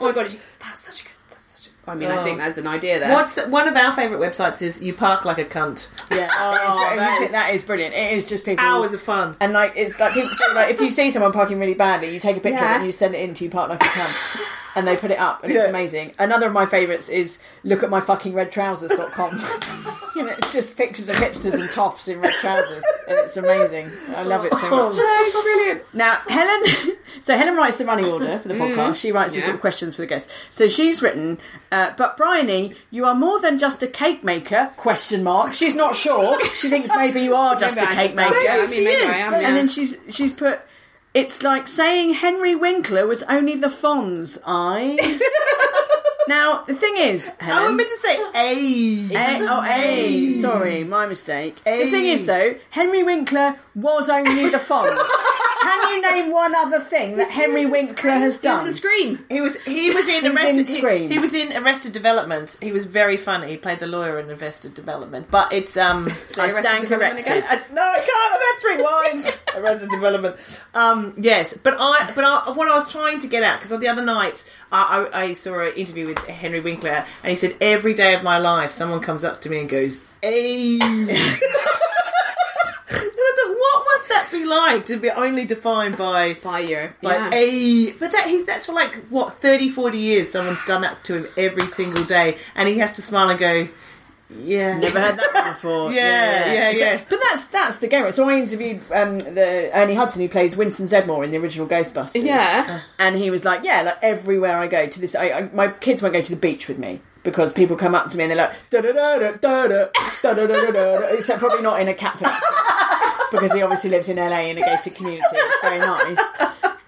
A: my god, you- that's such a good. That's such a. I mean, I think there's an idea there.
B: Oh. What's the, one of our favourite websites is you park like a cunt.
C: Yeah,
B: Oh, that is-
C: that is brilliant. It is just people
B: Hours of fun.
C: And like it's like people say like if you see someone parking really badly, you take a picture of it
A: Yeah.
C: and you send it in to your partner like a cunt. And they put it up and it's
B: Yeah.
C: amazing. Another of my favourites is look at my fucking red trousers.com. you know, it's just pictures of hipsters and toffs in red trousers. And it's amazing. I love it so much.
B: brilliant.
C: Now, Helen So Helen writes the running order for the podcast. She writes these
A: Mm-hmm. Yeah.
C: sort of questions for the guests. So she's written, uh, but Bryony, you are more than just a cake maker? Question mark. She's not sure. She thinks maybe you are just
A: Maybe
C: a
A: I
C: cake
A: just am.
C: maker.
A: Yeah, I mean, Maybe maybe I she am, is.
C: And then
A: yeah.
C: she's she's put. It's like saying Henry Winkler was only the Fonz. I. now the thing is,
A: Oh,
B: I
C: Helen.
B: meant to say a.
C: Eh, oh, hey, sorry, my mistake. The thing is, though, Henry Winkler was only the Fonz. Can you name one other thing that Henry Winkler has
A: Doesn't
C: done?
A: scream.
B: He was he was in
C: He was
B: Arrested
C: in
B: he-
C: Scream.
B: He, was in Arrested Development. He was very funny. He played the lawyer in Arrested Development. But it's um
C: I
A: Arrested
C: stand
A: Development
C: corrected.
B: Uh, no, I can't. I've had three wines. Arrested Development. Um, yes, but I, but I, what I was trying to get at because the other night I, I, I saw an interview with Henry Winkler, and he said every day of my life someone comes up to me and goes, "Hey." And I thought, what must that be like to be only defined by
A: Fire.
B: by
A: yeah.
B: a but that he, that's for like what 30 40 years someone's done that to him every single day and he has to smile and go yeah
C: Never heard that one before.
B: Yeah, yeah,
C: Is
B: yeah.
C: it- But that's that's the game. right? So I interviewed um, the Ernie Hudson who plays Winston Zedmore in the original Ghostbusters.
A: Yeah.
C: and he was like, "Yeah, like everywhere I go to this, I, I, my kids won't go to the beach with me." Because people come up to me and they're like, da da da da da da da da da da da, except probably not in a Catford accent, because he obviously lives in LA in a gated community. It's very nice.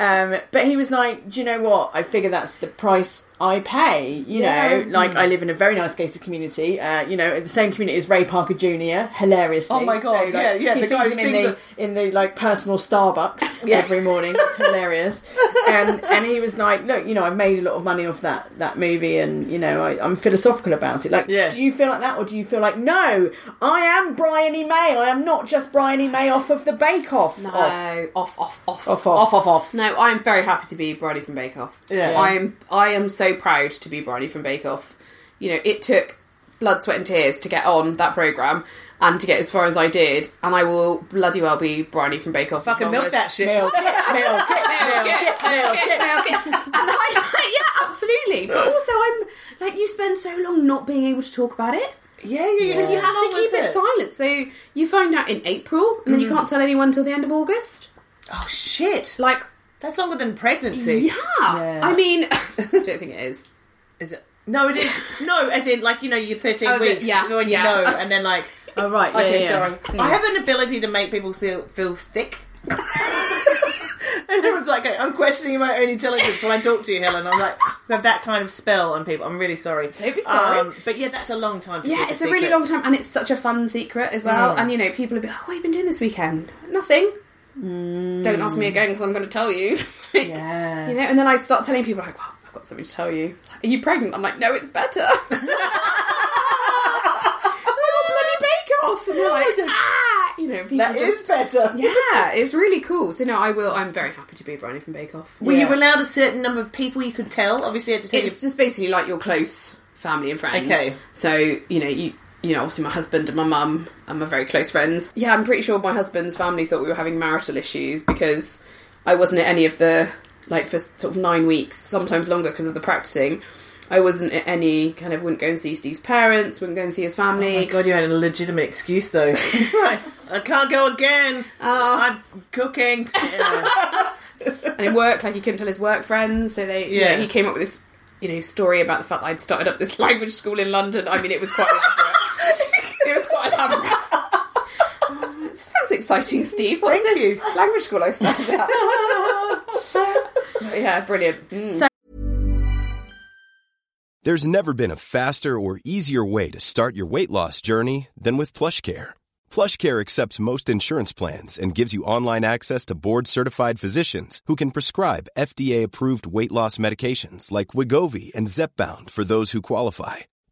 C: Um, but he was like, do you know what? I figure that's the price I pay. You know, like
B: Hmm.
C: I live in a very nice gated community. Uh, you know, the same community as Ray Parker Jr. Hilariously.
B: Oh my God, yeah, yeah,
C: He
B: the
C: sees
B: guy
C: him
B: who
C: in
B: sings
C: the
B: a-
C: in the like personal Starbucks every morning. It's hilarious. and and he was like, look, you know, I've made a lot of money off that that movie, and you know, I, I'm philosophical about it. Like,
B: Yeah.
C: do you feel like that, or do you feel like, no, I am Brian E. May. I am not just Brian E. May off of the Bake Off.
A: No,
C: Off.
A: off, off, off,
C: Off, off.
B: off off
A: No, I'm very happy to be Bridie from Bake Off.
B: Yeah.
A: I am. I am so proud to be Bridie from Bake Off. You know, it took blood, sweat, and tears to get on that program and to get as far as I did, and I will bloody well be Bridie from Bake Off. as
B: fucking
A: long
B: milk
A: as-
B: that shit
C: Milk it, milk it, milk it, milk it.
A: And I, yeah, absolutely. But also, I'm like, you spend so long not being able to talk about it
B: yeah yeah yeah
A: because you have
B: How
A: to
B: long
A: keep
B: was
A: it, silent. So you find out in April, and then
B: Mm.
A: you can't tell anyone till the end of August.
B: oh shit like
A: Like,
B: that's longer than pregnancy
A: yeah. I mean, I don't think it is.
B: is it no it is no as in like you know you're 13
A: Oh, the-
B: weeks
A: yeah,
B: when
A: yeah. Mm.
B: you know and then like
C: Oh right, yeah,
B: okay
C: yeah.
B: sorry I have an ability to make people feel feel thick And everyone's like, I'm questioning my own intelligence when I talk to you, Helen. I'm like, I have that kind of spell on people. I'm really sorry. Um,
A: Don't be sorry.
B: but yeah, that's a long time. To
A: Yeah,
B: keep
A: it's a really
B: secret.
A: long time, and it's such a fun secret as well. And you know, people will be like, "What have you been doing this weekend?" Nothing.
B: Mm.
A: Don't ask me again because I'm going to tell you. Like,
C: Yeah.
A: You know, and then I start telling people like, "Well, I've got something to tell you. Are you pregnant?" I'm like, "No, it's better." I'm on bloody Bake Off, and they're like, "Ah," you know, people
B: That
A: just.
B: is better.
A: yeah, it's really cool. So no, I will. I'm very happy to be Bryony from Bake Off.
B: Were you
C: Yeah.
B: allowed a certain number of people you could tell? Obviously, you had to tell
A: it's just basically like your close family and friends.
B: Okay.
A: So you know you you know obviously my husband and my mum and my very close friends. Yeah, I'm pretty sure my husband's family thought we were having marital issues because I wasn't at any of the like for sort of nine weeks, sometimes longer because of the practicing. I wasn't at any kind of wouldn't go and see Steve's parents, wouldn't go and see his
B: Oh my
A: family.
B: god, you had a legitimate excuse though. right, I can't go again.
A: Oh.
B: I'm cooking.
A: and in work, like he couldn't tell his work friends, so they yeah
B: Yeah.
A: you know, he came up with this you know story about the fact that I'd started up this language school in London. I mean, it was quite elaborate. it was quite elaborate. Um, it sounds exciting, Steve. What's
B: Thank
A: this language school I started up? But yeah, brilliant. Mm.
E: There's never been a faster or easier way to start your weight loss journey than with PlushCare. PlushCare accepts most insurance plans and gives you online access to board-certified physicians who can prescribe FDA-approved weight loss medications like Wigovi and Zepbound for those who qualify.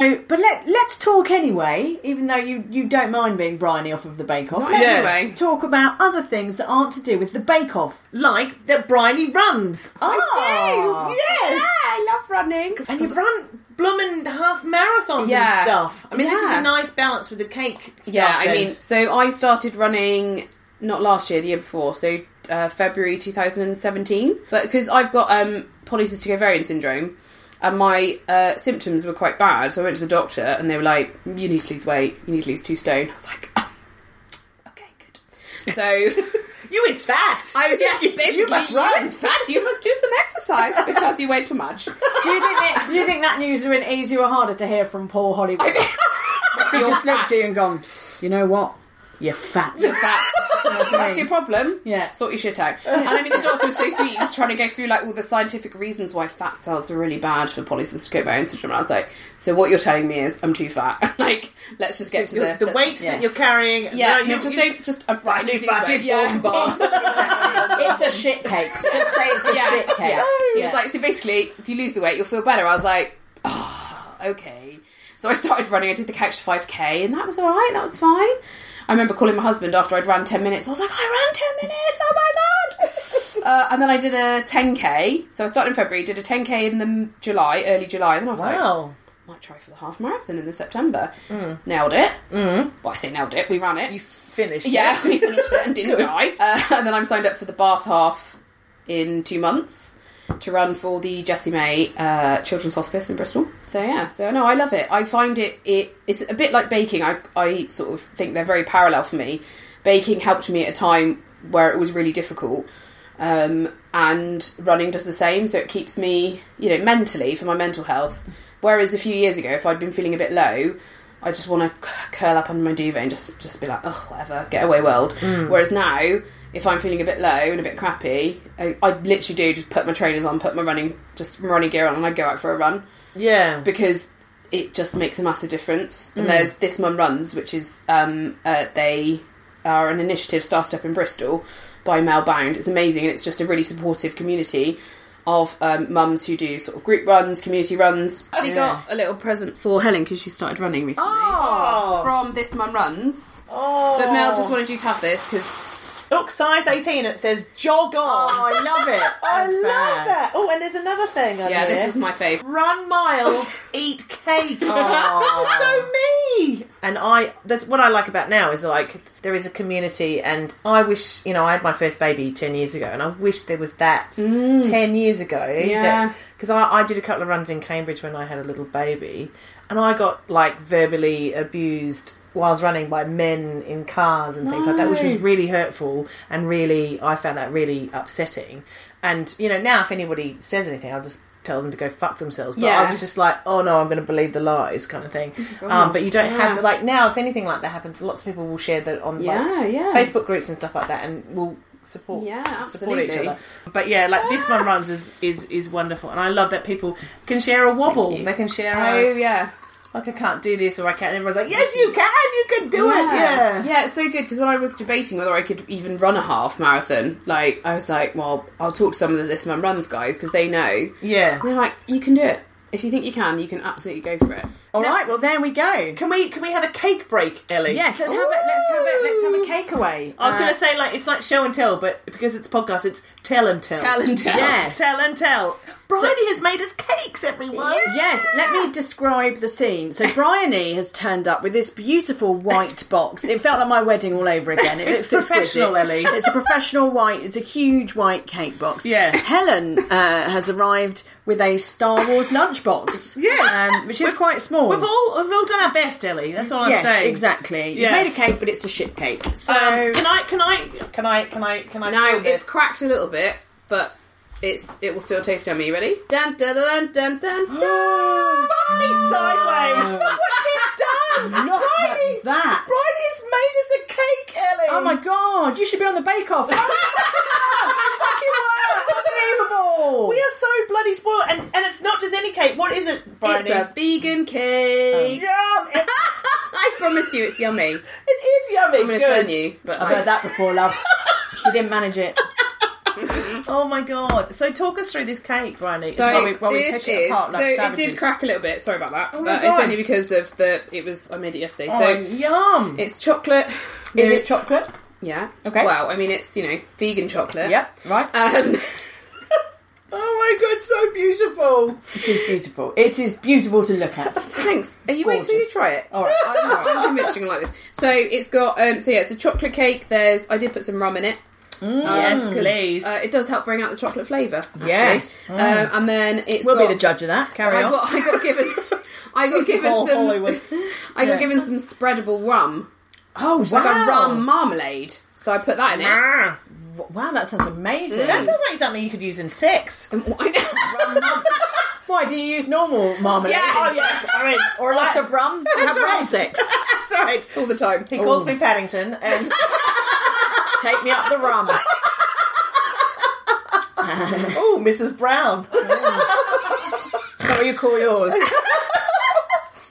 C: So, but let let's talk anyway, even though you, you don't mind being briny off of the Bake Off. Let's
A: anyway.
C: talk about other things that aren't to do with the Bake Off.
B: Like that Bryony runs.
C: Ah.
A: I do. Yes. Yeah, I love running.
B: And you run bloomin' half marathons
A: Yeah.
B: and stuff. I mean, this is
A: Yeah.
B: a nice balance with the cake stuff.
A: Yeah, I
B: then.
A: mean, so I started running not last year, the year before, so uh, February 2017. But because I've got um, polycystic ovarian syndrome, and my uh, symptoms were quite bad, so I went to the doctor, and they were like, "You need to lose weight. You need to lose two stone." I was like, "Oh, "Okay, good." So.
B: you is fat.
A: I was yes, basically you
B: must run.
A: In fact, you must do some exercise because you weigh too much.
C: Do you think that, do you think that news would have been easier or harder to hear from Paul Hollywood?
A: You're
C: just looked
A: fat.
C: at you and gone, you know what? You're fat.
A: that. That's your problem.
C: Yeah.
A: Sort your shit out. And I mean, the doctor was so sweet. He was trying to go through like all the scientific reasons why fat cells are really bad for polycystic ovarian syndrome. And I was like, so what you're telling me is I'm too fat. like, let's just get to
B: the,
A: the,
B: the
A: let's-
B: weight
C: yeah.
B: that you're carrying.
A: Yeah,
B: no, you,
A: just
B: you-
A: don't. Just I'm fat. I
B: Fatty,
A: just lose
B: fatty,
A: weight. Yeah.
B: bomb bars.
C: it's a shit cake. Just say it's a
A: yeah,
C: shit cake.
A: yeah. He was like, so basically, if you lose the weight, you'll feel better. I was like, oh, okay. So I started running. I did the couch to 5k, and that was all right. That was fine. I remember calling my husband after I'd run 10 minutes. I was like, I ran 10 minutes. Oh my god! uh, and then I did a 10k. So I started in February, did a 10k in the m- July, early July. And then I was like,
B: Wow.
A: might try for the half marathon in the September. Nailed it. Mm. Well, I say nailed it. We ran it.
B: You finished.
A: Yeah,
B: it.
A: we finished it and didn't die. Uh, and then I'm signed up for the Bath half in two months to run for the Jessie May uh, Children's Hospice in Bristol. So yeah, so no, I love it. I find it, it it's a bit like baking. I I sort of think they're very parallel for me. Baking helped me at a time where it was really difficult. Um, and running does the same, so it keeps me, you know, mentally for my mental health. Whereas a few years ago, if I'd been feeling a bit low, I just want to curl up under my duvet and just just be like, oh, whatever, get away world. Whereas now, if I'm feeling a bit low and a bit crappy, I, I literally do just put my trainers on, put my running just my running gear on, and I go out for a run
B: Yeah.
A: because it just makes a massive difference. And there's This Mum Runs, which is um, uh, they are an initiative started up in Bristol by Mel Bound. It's amazing, and it's just a really supportive community of um, mums who do sort of group runs, community runs. She got a little present for Helen because she started running recently Oh! from This Mum Runs.
B: Oh.
A: But Mel just wanted you to have this because
B: Look, size 18, it says jog on.
C: Oh, I love it.
B: I
C: That's
B: love
C: bad.
B: that. Oh, and there's another thing. On
A: yeah,
B: here.
A: this is my fave.
B: run miles, eat cake.
A: Oh.
B: This is so me. And I, that's what I like about now is like there is a community, and I wish you know I had my first baby ten years ago, and I wish there was that ten years ago.
A: Mm. Yeah.
B: because I, I did a couple of runs in Cambridge when I had a little baby, and I got like verbally abused. Whilst running by men in cars and things like that, which was really hurtful and really, I found that really upsetting. And you know, now if anybody says anything, I'll just tell them to go fuck themselves. But I
A: Yeah. Oh
B: was just like, oh no, I'm going to believe the lies, kind of thing. um, but you don't have the, like now. If anything like that happens, lots of people will share that on
A: Yeah,
B: like,
A: yeah.
B: Facebook groups and stuff like that, and will support
A: Yeah,
B: support each
A: absolutely.
B: other. But yeah, like this one runs is is is wonderful, and I love that people can share a wobble. They can share
A: Oh
B: a,
A: yeah.
B: like I can't do this or I can't. And everyone's like, yes, you can, you can do it. Yeah,
A: yeah, it's so good because when I was debating whether I could even run a half marathon, like I was like, well, I'll talk to some of the This Man Runs guys because they know.
B: yeah.
A: And they're like, you can do it. If you think you can, you can absolutely go for it.
C: All right, well there we go.
B: Can we can we have a cake break, Ellie?
C: Yes, let's have it. Let's have it. Let's have a cake away.
B: I was
C: Uh,
B: going to say like it's like show and tell, but because it's a podcast, it's tell and tell.
A: Tell and tell.
C: Yes.
B: Tell and tell. Bryony has made us cakes, everyone.
C: Yes, let me describe the scene. So Bryony has turned up with this beautiful white box. It felt like my wedding all over again. It
B: It's
C: looks exquisite.
B: professional, Ellie.
C: It's a professional white. It's a huge white cake box.
B: Yeah.
C: Helen uh, has arrived with a Star Wars lunchbox.
B: Yes.
C: um, which is quite small.
B: We've all we've all done uh, our best, Ellie. That's all
C: yes,
B: I'm saying.
C: exactly. You
B: Yeah.
C: made a cake, but it's a shit cake. So
B: Um, can I? Can I? Can I? Can I? Can I?
A: Now
B: feel
A: it's
B: this?
A: cracked a little bit, but it's it will still taste yummy. You ready? Dun dun dun dun dun. dun.
B: Bryony sideways. Look what she's done.
C: Not
B: Bryony.
C: at that.
B: Bryony's made us a cake, Ellie.
C: Oh my god, you should be on the Bake Off. Unbelievable.
B: We are so bloody spoiled, and and it's not just any cake. What is it, Bryony?
A: It's a vegan cake.
B: Yum! It,
A: I promise you, it's yummy.
B: it is yummy.
A: I'm going to
B: Good.
A: turn you, but
C: I've heard that before, love. She didn't manage it.
B: Oh my god! So talk us through this cake, Bryony.
A: So
B: it's while we, while we
A: this
B: pick it
A: is
B: apart
A: so
B: like
A: it
B: savages.
A: did crack a little bit. Sorry about that.
B: my
A: but it's
B: God.
A: only because of the it was I made it yesterday.
B: Oh,
A: so
B: yum!
A: it's chocolate.
C: Is
A: There's-
C: it chocolate?
A: Yeah.
C: Okay.
A: Well, I mean it's you know vegan chocolate.
C: Yep, right.
A: Um,
B: oh my god, so beautiful.
C: it is beautiful. It is beautiful to look at.
A: thanks. Are you waiting till you
C: Gorgeous.
A: try it?
C: All right.
A: I'm, I'm convincing like this. So it's got um so yeah it's a chocolate cake. There's I did put some rum in it. Um,
B: yes,
A: 'cause,
B: please.
A: Uh, it does help bring out the chocolate flavour. actually.
C: Yes.
A: Um, and then it's
C: We'll be
A: got-
C: the judge of that. Carry
A: I
C: on.
A: got, I got given. I got given
B: whole
A: some.
B: Hollywood.
A: I got given some spreadable rum,
C: Oh, wow.
A: like a rum marmalade. So I put that in it.
B: Ah,
C: Wow, that sounds amazing.
B: that sounds like something you could use in sex.
A: I know.
C: Why do you use normal marmalade?
A: Yeah.
B: Oh yes, all right.
C: Or lots of rum? Have rum
B: right.
C: sex.
B: That's all right.
A: all the time.
B: He calls me Paddington, and
C: Take me up the rum.
B: oh, Mrs. Brown.
C: That's what you call yours.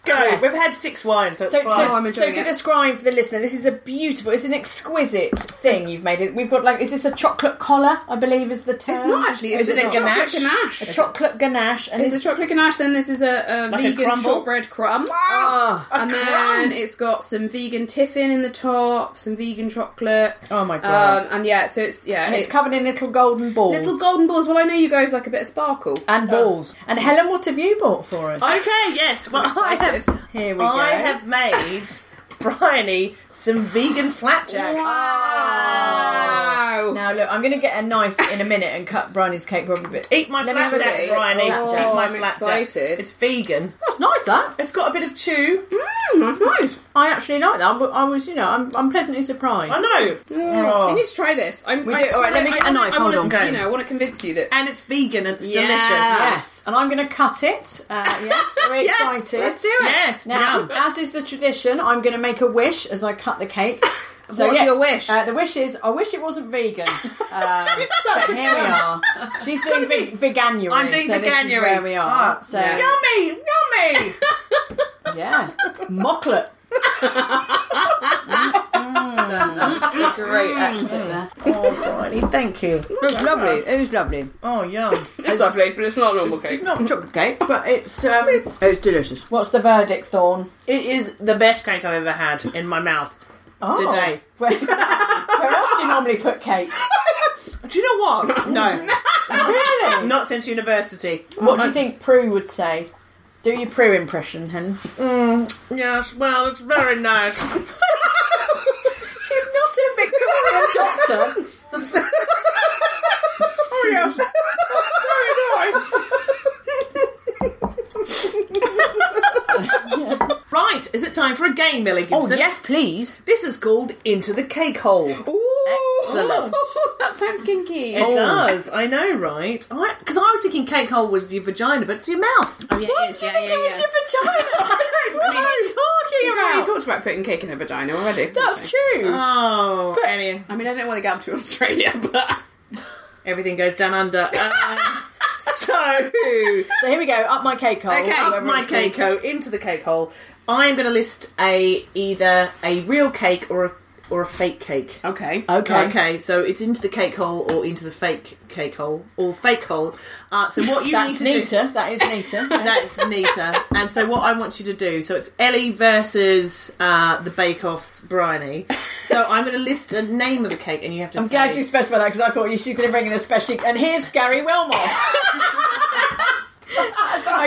B: Go.
C: Yes.
B: We've had six wines. So, it's
C: So,
B: fine.
C: so,
A: I'm enjoying
C: so to
A: it.
C: describe for the listener, this is a beautiful, it's an exquisite thing you've made. It. We've got like, is this a chocolate collar? I believe is the term.
A: It's not actually. It's
B: Is
A: just
B: it
A: a
B: a
A: chocolate
B: ganache?
A: ganache.
C: a chocolate ganache, and
A: It's a
C: it's
A: chocolate ganache. Then this is a, a
B: Like a
A: vegan
B: crumble?
A: shortbread crumb.
C: Ah,
A: and then it's got some vegan tiffin in the top, some vegan chocolate.
C: Oh my God.
A: Um, and yeah, so it's yeah,
C: and it's, covered in little golden balls.
A: little golden balls. Well, I know you guys like a bit of sparkle.
C: and balls. Oh. And Helen, what have you bought for us?
B: okay. Yes. Well, I have.
A: excited.
C: Here we
B: I
C: go.
B: have made Bryony some vegan flapjacks.
A: Wow.
C: Now look, I'm going to get a knife in a minute and cut Bryony's cake probably. But
B: Eat my
C: Let me have a
B: flapjack,
C: bit.
B: Bryony.
C: Oh,
B: Eat my
A: I'm
B: flapjack.
A: excited.
B: It's vegan.
C: that's nice. That
B: It's got a bit of chew.
A: Mm, that's nice.
C: I actually like that. I was, you know, I'm, I'm pleasantly surprised.
B: I know.
A: So
B: Oh.
A: you need to try this. I'm,
C: We
A: I
C: do-
A: just
C: all right, let
A: wanna-
C: me get
A: I
C: a
A: wanna-
C: knife,
A: I wanna,
C: hold
B: on.
A: You know, I want to convince you that.
B: and it's vegan and it's
A: Yeah.
B: delicious.
C: Yes, and I'm going to cut it. Uh, yes, we're
A: Yes,
C: excited.
A: let's do it.
B: Yes.
C: Now,
B: Yum.
C: as is the tradition, I'm going to make a wish as I cut the cake. So,
A: What's your wish?
C: Uh, the wish is I wish it wasn't vegan. Um,
B: She's such
C: but
B: a
C: here we
B: cunt.
C: are. She's doing
B: be-
C: veg- veganuary.
B: I'm doing
C: so This is
B: veganuary.
C: where we are.
B: Ah,
C: so yeah,
B: Yummy, yummy.
C: mocklet.
A: Great accent.
B: oh, Bryony, thank you.
C: It was lovely. It was lovely.
B: Oh, yum.
A: It's lovely, but it's not normal cake.
C: Not chocolate cake, but it's um, it's, delicious. What's the verdict, Thorn?
B: It is the best cake I've ever had in my mouth. Today.
C: Oh. Where, where else do you normally put cake?
B: Do you know what? No,
C: Really?
B: not since university. Um,
C: What do you think Prue would say? Do your Prue impression, Hen.
B: Yes, well, it's very nice.
C: She's not a Victorian doctor.
B: Oh, yes. That's very nice. right, is it time for a game, Millie
C: Oh,
B: Gibson?
C: yes, please.
B: This is called Into the Cake Hole.
C: Excellent.
A: that sounds kinky.
B: It does. I know, right? Because I, was thinking cake hole was your vagina, but it's your mouth.
A: Oh, yeah, it is. Yeah, yeah, yeah. mean,
B: what are you talking
A: She's already
B: about?
A: talked about putting cake in her vagina already.
C: That's true.
B: Oh, anyway,
A: I mean, I don't know what they got up to in Australia, but
B: everything goes down under. Um, so,
C: so here we go. Up my cake hole.
A: Okay,
B: up
C: Whatever
B: my
C: it's called.
B: cake hole into the cake hole. I am going to list a either a real cake or a or a fake cake.
A: okay.
C: Okay.
B: Okay, so it's into the cake hole or into the fake cake hole or fake hole. Uh, so what you
C: That's
B: need to do
C: neater. That is neater.
B: That's neater. And so, what I want you to do, so it's Ellie versus uh, the Bake Off's Bryony. So I'm going to list a name of a cake, and you have to.
C: I'm
B: say,
C: glad you specified that because I thought you should going to bring in a special. And here's Gary Wilmot.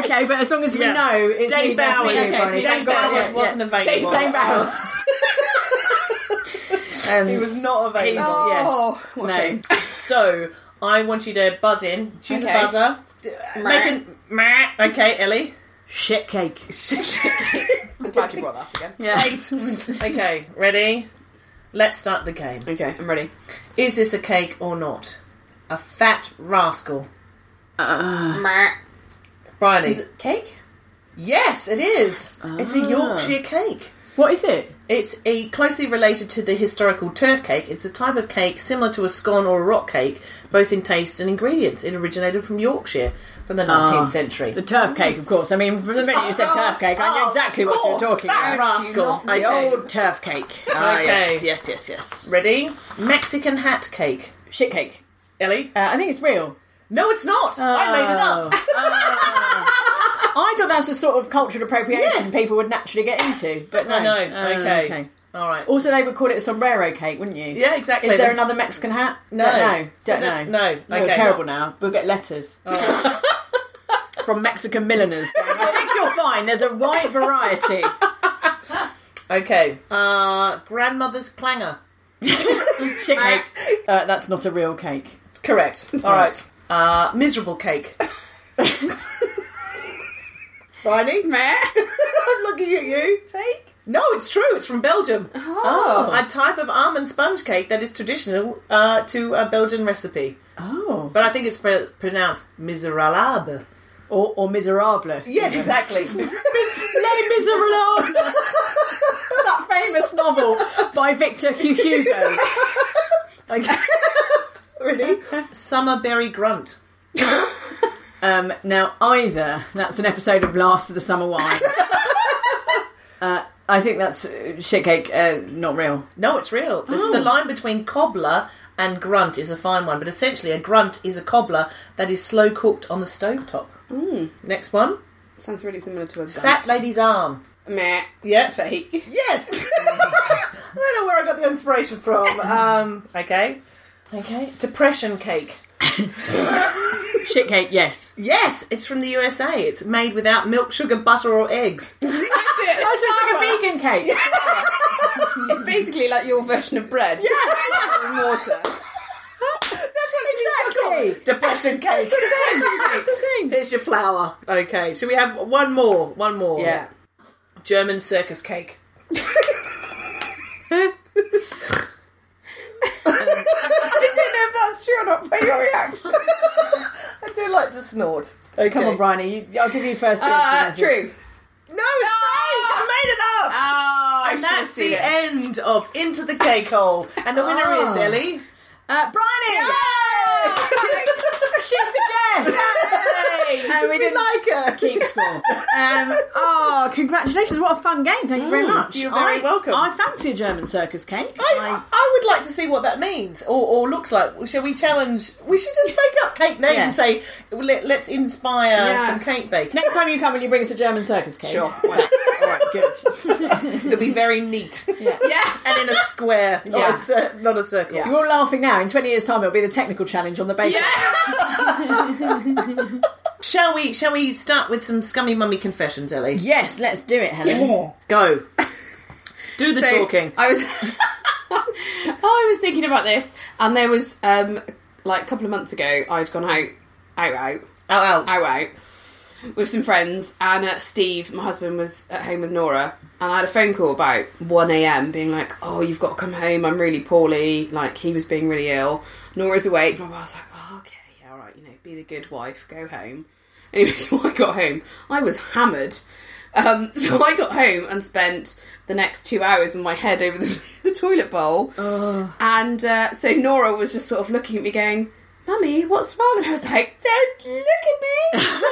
C: Okay, but as long as
B: Yeah.
C: we know it's
B: Dave
C: me versus
B: Bowers.
C: everybody.
B: Dave
C: Thank God,
B: Bowers
C: yeah,
B: wasn't
C: yeah.
B: available.
C: Dave Bowers. um,
B: He was not available.
C: Oh,
A: what a
C: yes.
A: shame.
C: No.
B: So I want you to buzz in. Choose
A: Okay.
B: a buzzer. D- Make a meh. Okay, Ellie.
C: Shit cake.
A: I'm glad you brought that up again.
C: Yeah.
B: Okay, ready? Let's start the game.
A: Okay, I'm ready.
B: Is this a cake or not? A fat rascal.
A: Meh.
B: Bryony.
A: Uh. Is it cake? Ah.
B: Yes, it is. It's a Yorkshire cake.
C: What is it?
B: It's a closely related to the historical turf cake. It's a type of cake similar to a scone or a rock cake, both in taste and ingredients. It originated from Yorkshire from the 19th century.
C: Ah. The turf cake, of course. I mean, from the minute you said turf cake, I
B: Oh,
C: knew exactly
B: of
C: what you were
B: course,
C: talking
B: that
C: about.
B: rascal.
C: The old turf cake. Ah,
B: Okay.
C: yes, yes, yes, yes.
B: Ready? Mexican hat cake.
C: Shit cake.
B: Ellie?
C: Uh, I think it's real.
B: No, it's not. I made it
C: Ah.
B: up. Oh.
C: I thought that's the sort of cultural appropriation people would naturally get into, but no.
B: I know.
C: Uh,
B: okay. All right.
C: Also, they would call it a sombrero cake, wouldn't you?
B: Yeah, exactly.
C: Is there another Mexican hat?
B: No.
C: Don't know. Don't
B: No,
C: know.
B: no.
C: You're
B: Okay. Oh.
C: terrible now. We'll get letters. From Mexican milliners. going, I think you're fine. There's a wide variety.
B: okay. Uh, grandmother's clanger.
C: Shit cake. Uh, that's not a real cake.
B: Correct. All right. Uh, miserable cake. Bryony?
A: Meh.
B: I'm looking at you.
A: Fake?
B: No, it's true. It's from Belgium.
A: Oh.
B: A type of almond sponge cake that is traditional uh, to a Belgian recipe.
C: Oh.
B: But I think it's pre- pronounced miserable.
C: Or, or miserable.
B: Yes, exactly.
C: Les Miserables. that famous novel by Victor Hugo.
B: Ready? Summer berry grunt.
C: Um, now, either that's an episode of Last of the Summer Wine. uh, I think that's uh, shitcake, uh, not real.
B: No, it's real. It's the line between cobbler and grunt is a fine one, but essentially a grunt is a cobbler that is slow cooked on the stovetop. Mm. Next one.
A: Sounds really similar to a gun.
B: Fat lady's arm.
A: Meh.
B: Yeah.
A: Fake.
B: Yes. I don't know where I got the inspiration from. Um, okay. Okay. Depression cake.
C: Shitcake, yes.
B: Yes, it's from the USA. It's made without milk, sugar, butter, or eggs.
C: Oh, so it's like a vegan cake.
A: It's basically like your version of bread.
C: Yes.
A: And water.
C: Exactly.
B: Depression cake.
C: That's the thing.
B: Here's your flour. Okay. Should we have one more? One more.
C: Yeah.
B: German circus cake.
A: That's true or not, but your reaction.
B: I do like to snort. Okay.
C: Come on, Bryony. You, I'll give you first.
A: Uh,
C: dibs.
A: true.
B: No, it's fake. I made it up.
A: Oh, I
B: and
A: should have
B: that's
A: seen
B: the
A: it.
B: end of Into the Cake Hole. And the winner
C: Oh.
B: is Ellie.
C: Uh, Bryony! She's the guest! And we didn't
B: like her.
C: keep score. Um, oh, congratulations. What a fun game. Thank you Mm. very much.
B: you're very
C: I,
B: welcome.
C: I fancy a German circus cake.
B: I, I would like to see what that means or, or looks like. Shall we challenge? We should just make up cake names
C: Yeah.
B: and say, Let, let's inspire
A: Yeah.
B: some cake baking.
C: Next time you come and you bring us a German circus cake.
A: Sure.
C: All right, good.
B: It'll be very neat.
A: Yeah.
B: and in a square, not,
C: Yeah.
B: a, cir- not a circle.
C: You're all laughing now. In 20 years' time, it'll be the technical challenge on the baker.
B: Shall we? Shall we start with some scummy mummy confessions, Ellie?
C: Yes, let's do it, Helen.
B: Go. Do the
A: So,
B: talking.
A: I was oh, I was thinking about this, and there was um like a couple of months ago, I'd gone out, out, out,
B: Out, out.
A: out, out with some friends, and uh, Steve, my husband, was at home with Nora, and I had a phone call about one a.m. being like, "Oh, you've got to come home. I'm really poorly. Like he was being really ill. Nora's awake." Blah, blah. I was like, oh, "Okay, yeah, all right. You know, be the good wife. Go home." Anyway, so I got home. I was hammered. Um, so I got home and spent the next two hours in my head over the, the toilet bowl. And uh, so Nora was just sort of looking at me going, Mummy, what's wrong? And I was like, Don't look at me.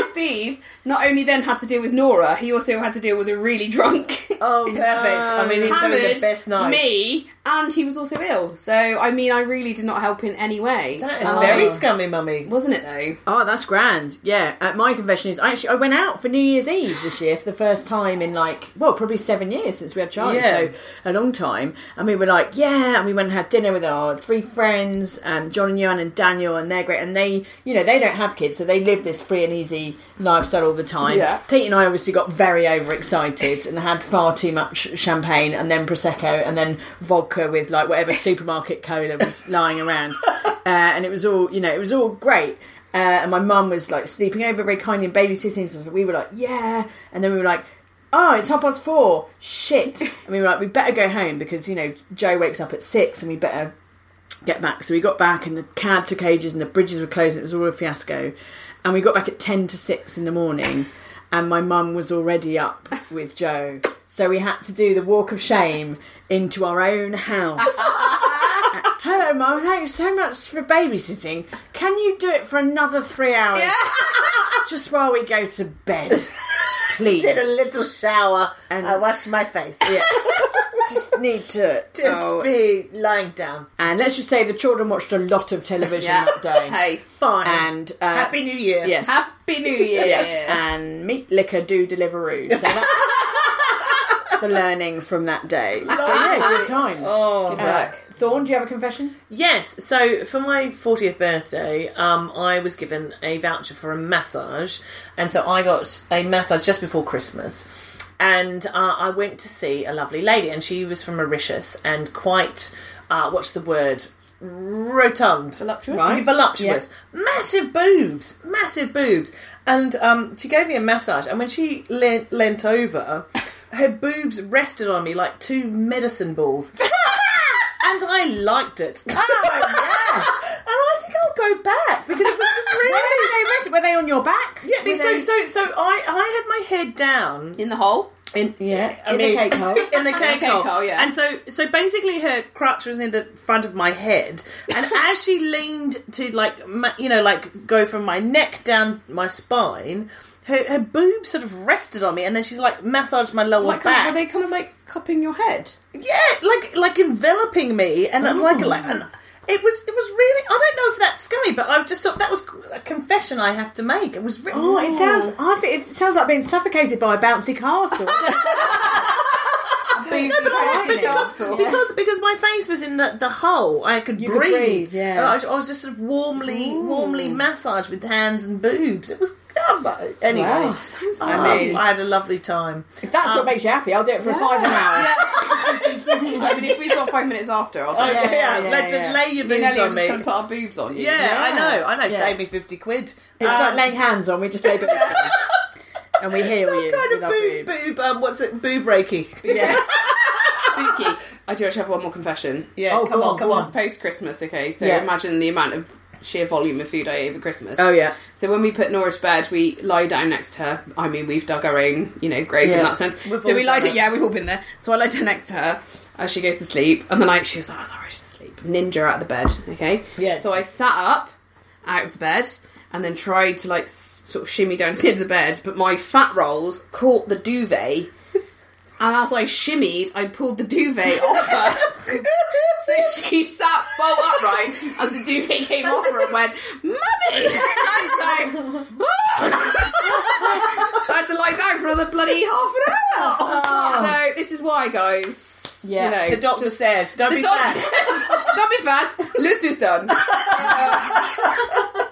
A: So Steve not only then had to deal with Nora, he also had to deal with a really drunk,
B: Oh, perfect. I mean, it's only the
A: hammered
B: best night.
A: me, and he was also ill. So I mean, I really did not help in any way.
B: That is
A: And
B: very
A: I-
B: scummy, mummy.
A: wasn't it though?
C: Oh, that's grand. Yeah. Uh, my confession is I actually I went out for New Year's Eve this year for the first time in like well probably seven years since we had Charlie,
B: Yeah.
C: so a long time. And we were like, yeah, and we went and had dinner with our three friends, um, John and Johan and Daniel, and they're great. And they, you know, they don't have kids, so they live this free and easy lifestyle all the time.
B: Yeah.
C: Pete and I obviously got very overexcited and had far too much champagne, and then prosecco, and then vodka with like whatever supermarket cola was lying around. Uh, and it was all, you know, it was all great. Uh, and my mum was like sleeping over very kindly and babysitting. So we were like, yeah. And then we were like, oh, it's half past four. Shit. And we were like, we better go home because, you know, Joe wakes up at six and we better get back. So we got back and the cab took ages and the bridges were closed. And it was all a fiasco. And we got back at 10 to 6 in the morning and my mum was already up with Joe. So we had to do the walk of shame into our own house. Hello, Mum. Thanks so much for babysitting. Can you do it for another three hours? Just while we go to bed, please.
B: Did a little shower
C: And-
B: and I washed my face.
C: yeah. Just need to.
B: Just
C: Oh.
B: be lying down.
C: And let's just say the children watched a lot of television that day.
A: Hey,
B: Fine.
C: And uh,
B: Happy New Year.
C: Yes.
A: Happy New Year!
C: And meat liquor do Deliveroo. So that's the learning from that day. So yeah, good times.
B: Oh,
C: Uh, Thorn, do you have a confession?
B: Yes, so for my 40th birthday, um, I was given a voucher for a massage, and so I got a massage just before Christmas. And uh, I went to see a lovely lady, and she was from Mauritius and quite, uh, what's the word? Rotund. Voluptuous.
C: Right.
B: Voluptuous. Massive boobs. Massive boobs. And um, she gave me a massage, and when she le- leant over, her boobs rested on me like two medicine balls. And I liked it.
C: yes.
B: and I think I'll go back because it was just really.
C: Were they, were they on your back?
B: Yeah,
C: Were
B: but so so so I I had my head down
A: In the hole.
B: in
C: Yeah,
B: I
C: in the
B: mean-
C: cake hole.
B: in the cake
A: cake
B: hole.
A: hole, yeah.
B: And so so basically her crutch was in the front of my head, and as she leaned to like ma- you know like go from my neck down my spine. Her, her boobs sort of rested on me, and then she's like massaged my lower
A: Like,
B: back.
A: kind of, were they kind of like cupping your head?
B: yeah, like like enveloping me, and I'm like, like and it was it was really. I don't know if that's scummy, but I just thought that was a confession I have to make. It was really.
C: Oh, it sounds. I think it sounds like being suffocated by a bouncy castle.
A: no,
B: But I- but because, because because my face was in the, the hole, I could
C: could
B: breathe.
C: breathe, yeah.
B: And I, was- I was just sort of warmly warmly massaged with hands and boobs. It was oh, but anyway.
A: sounds
B: I mean, I had a lovely time.
C: if that's
B: um,
C: what makes you happy, I'll do it for a five an hour.
A: I mean, if we've got five minutes after, I'll.
B: Oh,
A: Yeah.
B: yeah,
C: yeah, yeah,
B: like to
C: yeah.
B: lay your
A: Me and
B: boobs
A: Ellie are
B: on
A: just
B: me.
A: going to put our boobs on you.
B: yeah, I know, I know.
C: Yeah.
B: Save me fifty quid.
C: It's
B: Um,
C: like laying hands on. We just lay boobs on. and we heal
B: some
C: you.
B: kind
C: with
B: of
C: our
B: boob,
C: boobs.
B: boob. Um, what's it? Boob reiki.
C: Yes.
A: Spooky. I do actually have one more confession.
B: Yeah,
C: Oh,
B: come
C: go
B: on,
C: on,
B: come
C: go
B: on.
A: It's post Christmas, okay? So
C: Yeah.
A: imagine the amount of sheer volume of food I ate over Christmas.
C: oh yeah.
A: So when we put Nora to bed, we lie down next to her. I mean, we've dug our own, you know, grave
C: Yeah.
A: in that sense.
B: We've
A: so
B: all
A: we lie
B: done
A: down.
B: it.
A: Yeah, we've all been there. So I lie down next to her as she goes to sleep, and the night she was like, "Oh, sorry, she's asleep." Ninja out of the bed. Okay.
B: Yes.
A: So I sat up out of the bed and then tried to like s- sort of shimmy down to the end of the bed, but my fat rolls caught the duvet. And as I shimmied, I pulled the duvet off her. so she sat bolt upright as the duvet came off her and went, Mummy! And I was like, "Ah!" So I had to lie down for another bloody half an hour. So this is why, guys.
C: Yeah.
A: You know,
B: The doctor
A: just-
B: says, "Don't
A: the
B: be
A: doctor
B: fat."
A: says, don't be fat. Lose is done.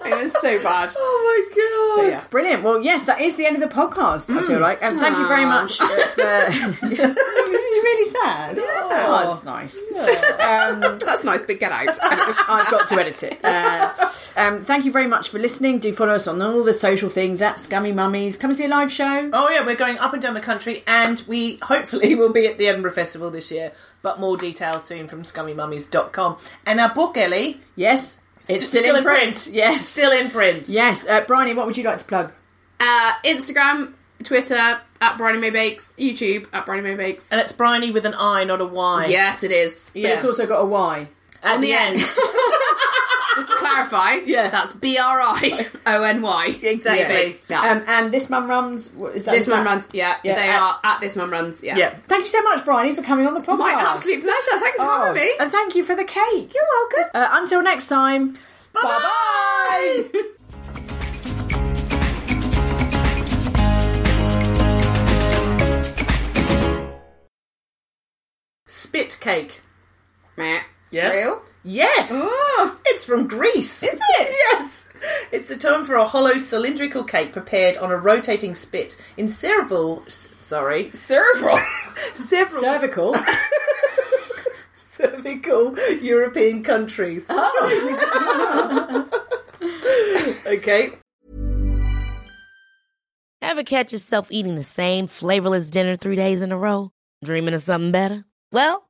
A: it was so bad.
B: Oh my god!
A: yeah. Mm.
C: Brilliant. Well, yes, that is the end of the podcast. I feel like, and thank you very much uh, for. You're really sad. Oh, that's nice. Um,
A: That's nice, but get out.
C: I've got to edit it. Uh, um, thank you very much for listening. Do follow us on all the social things at Scummy Mummies. Come and see a live show.
B: Oh yeah, we're going up and down the country, and we hopefully will be at the Edinburgh Festival this year. But more details soon from scummymummies.com. And our book, Ellie,
C: Yes, it's still, in print. Yes,
B: still in print.
C: yes. Uh, Bryony, what would you like to plug?
A: Uh, Instagram, Twitter, at Brian May Bakes, YouTube, at Brian May Bakes.
B: And it's Briny with an I, not a Y.
A: Yes, it is.
C: But it's also got a Y.
B: at
A: On the end. Just to clarify,
B: Yeah.
A: that's B R I O N Y.
B: Exactly.
A: Yes. Yeah.
C: Um, and this mum runs. what Is that
A: this
C: is that-
A: mum runs. Yeah,
C: Yeah.
A: they
C: At-
A: are at this mum runs. Yeah.
B: Yeah.
C: Thank you so much, Bryony, for coming on the podcast.
A: My absolute pleasure. Thanks for
C: Oh,
A: having me.
C: And thank you for the cake. You're
A: welcome.
C: Uh, until next time. Bye bye.
B: Spit cake.
A: Meh.
B: Yeah.
A: Real?
B: Yes.
A: Oh,
B: It's from Greece.
A: is it?
B: Yes! It's the term for a hollow cylindrical cake prepared on a rotating spit in several. s- Sorry.
A: Cerebral.
B: Several
C: Cervical.
B: cervical European countries. okay.
F: Ever catch yourself eating the same flavorless dinner three days in a row? Dreaming of something better? Well,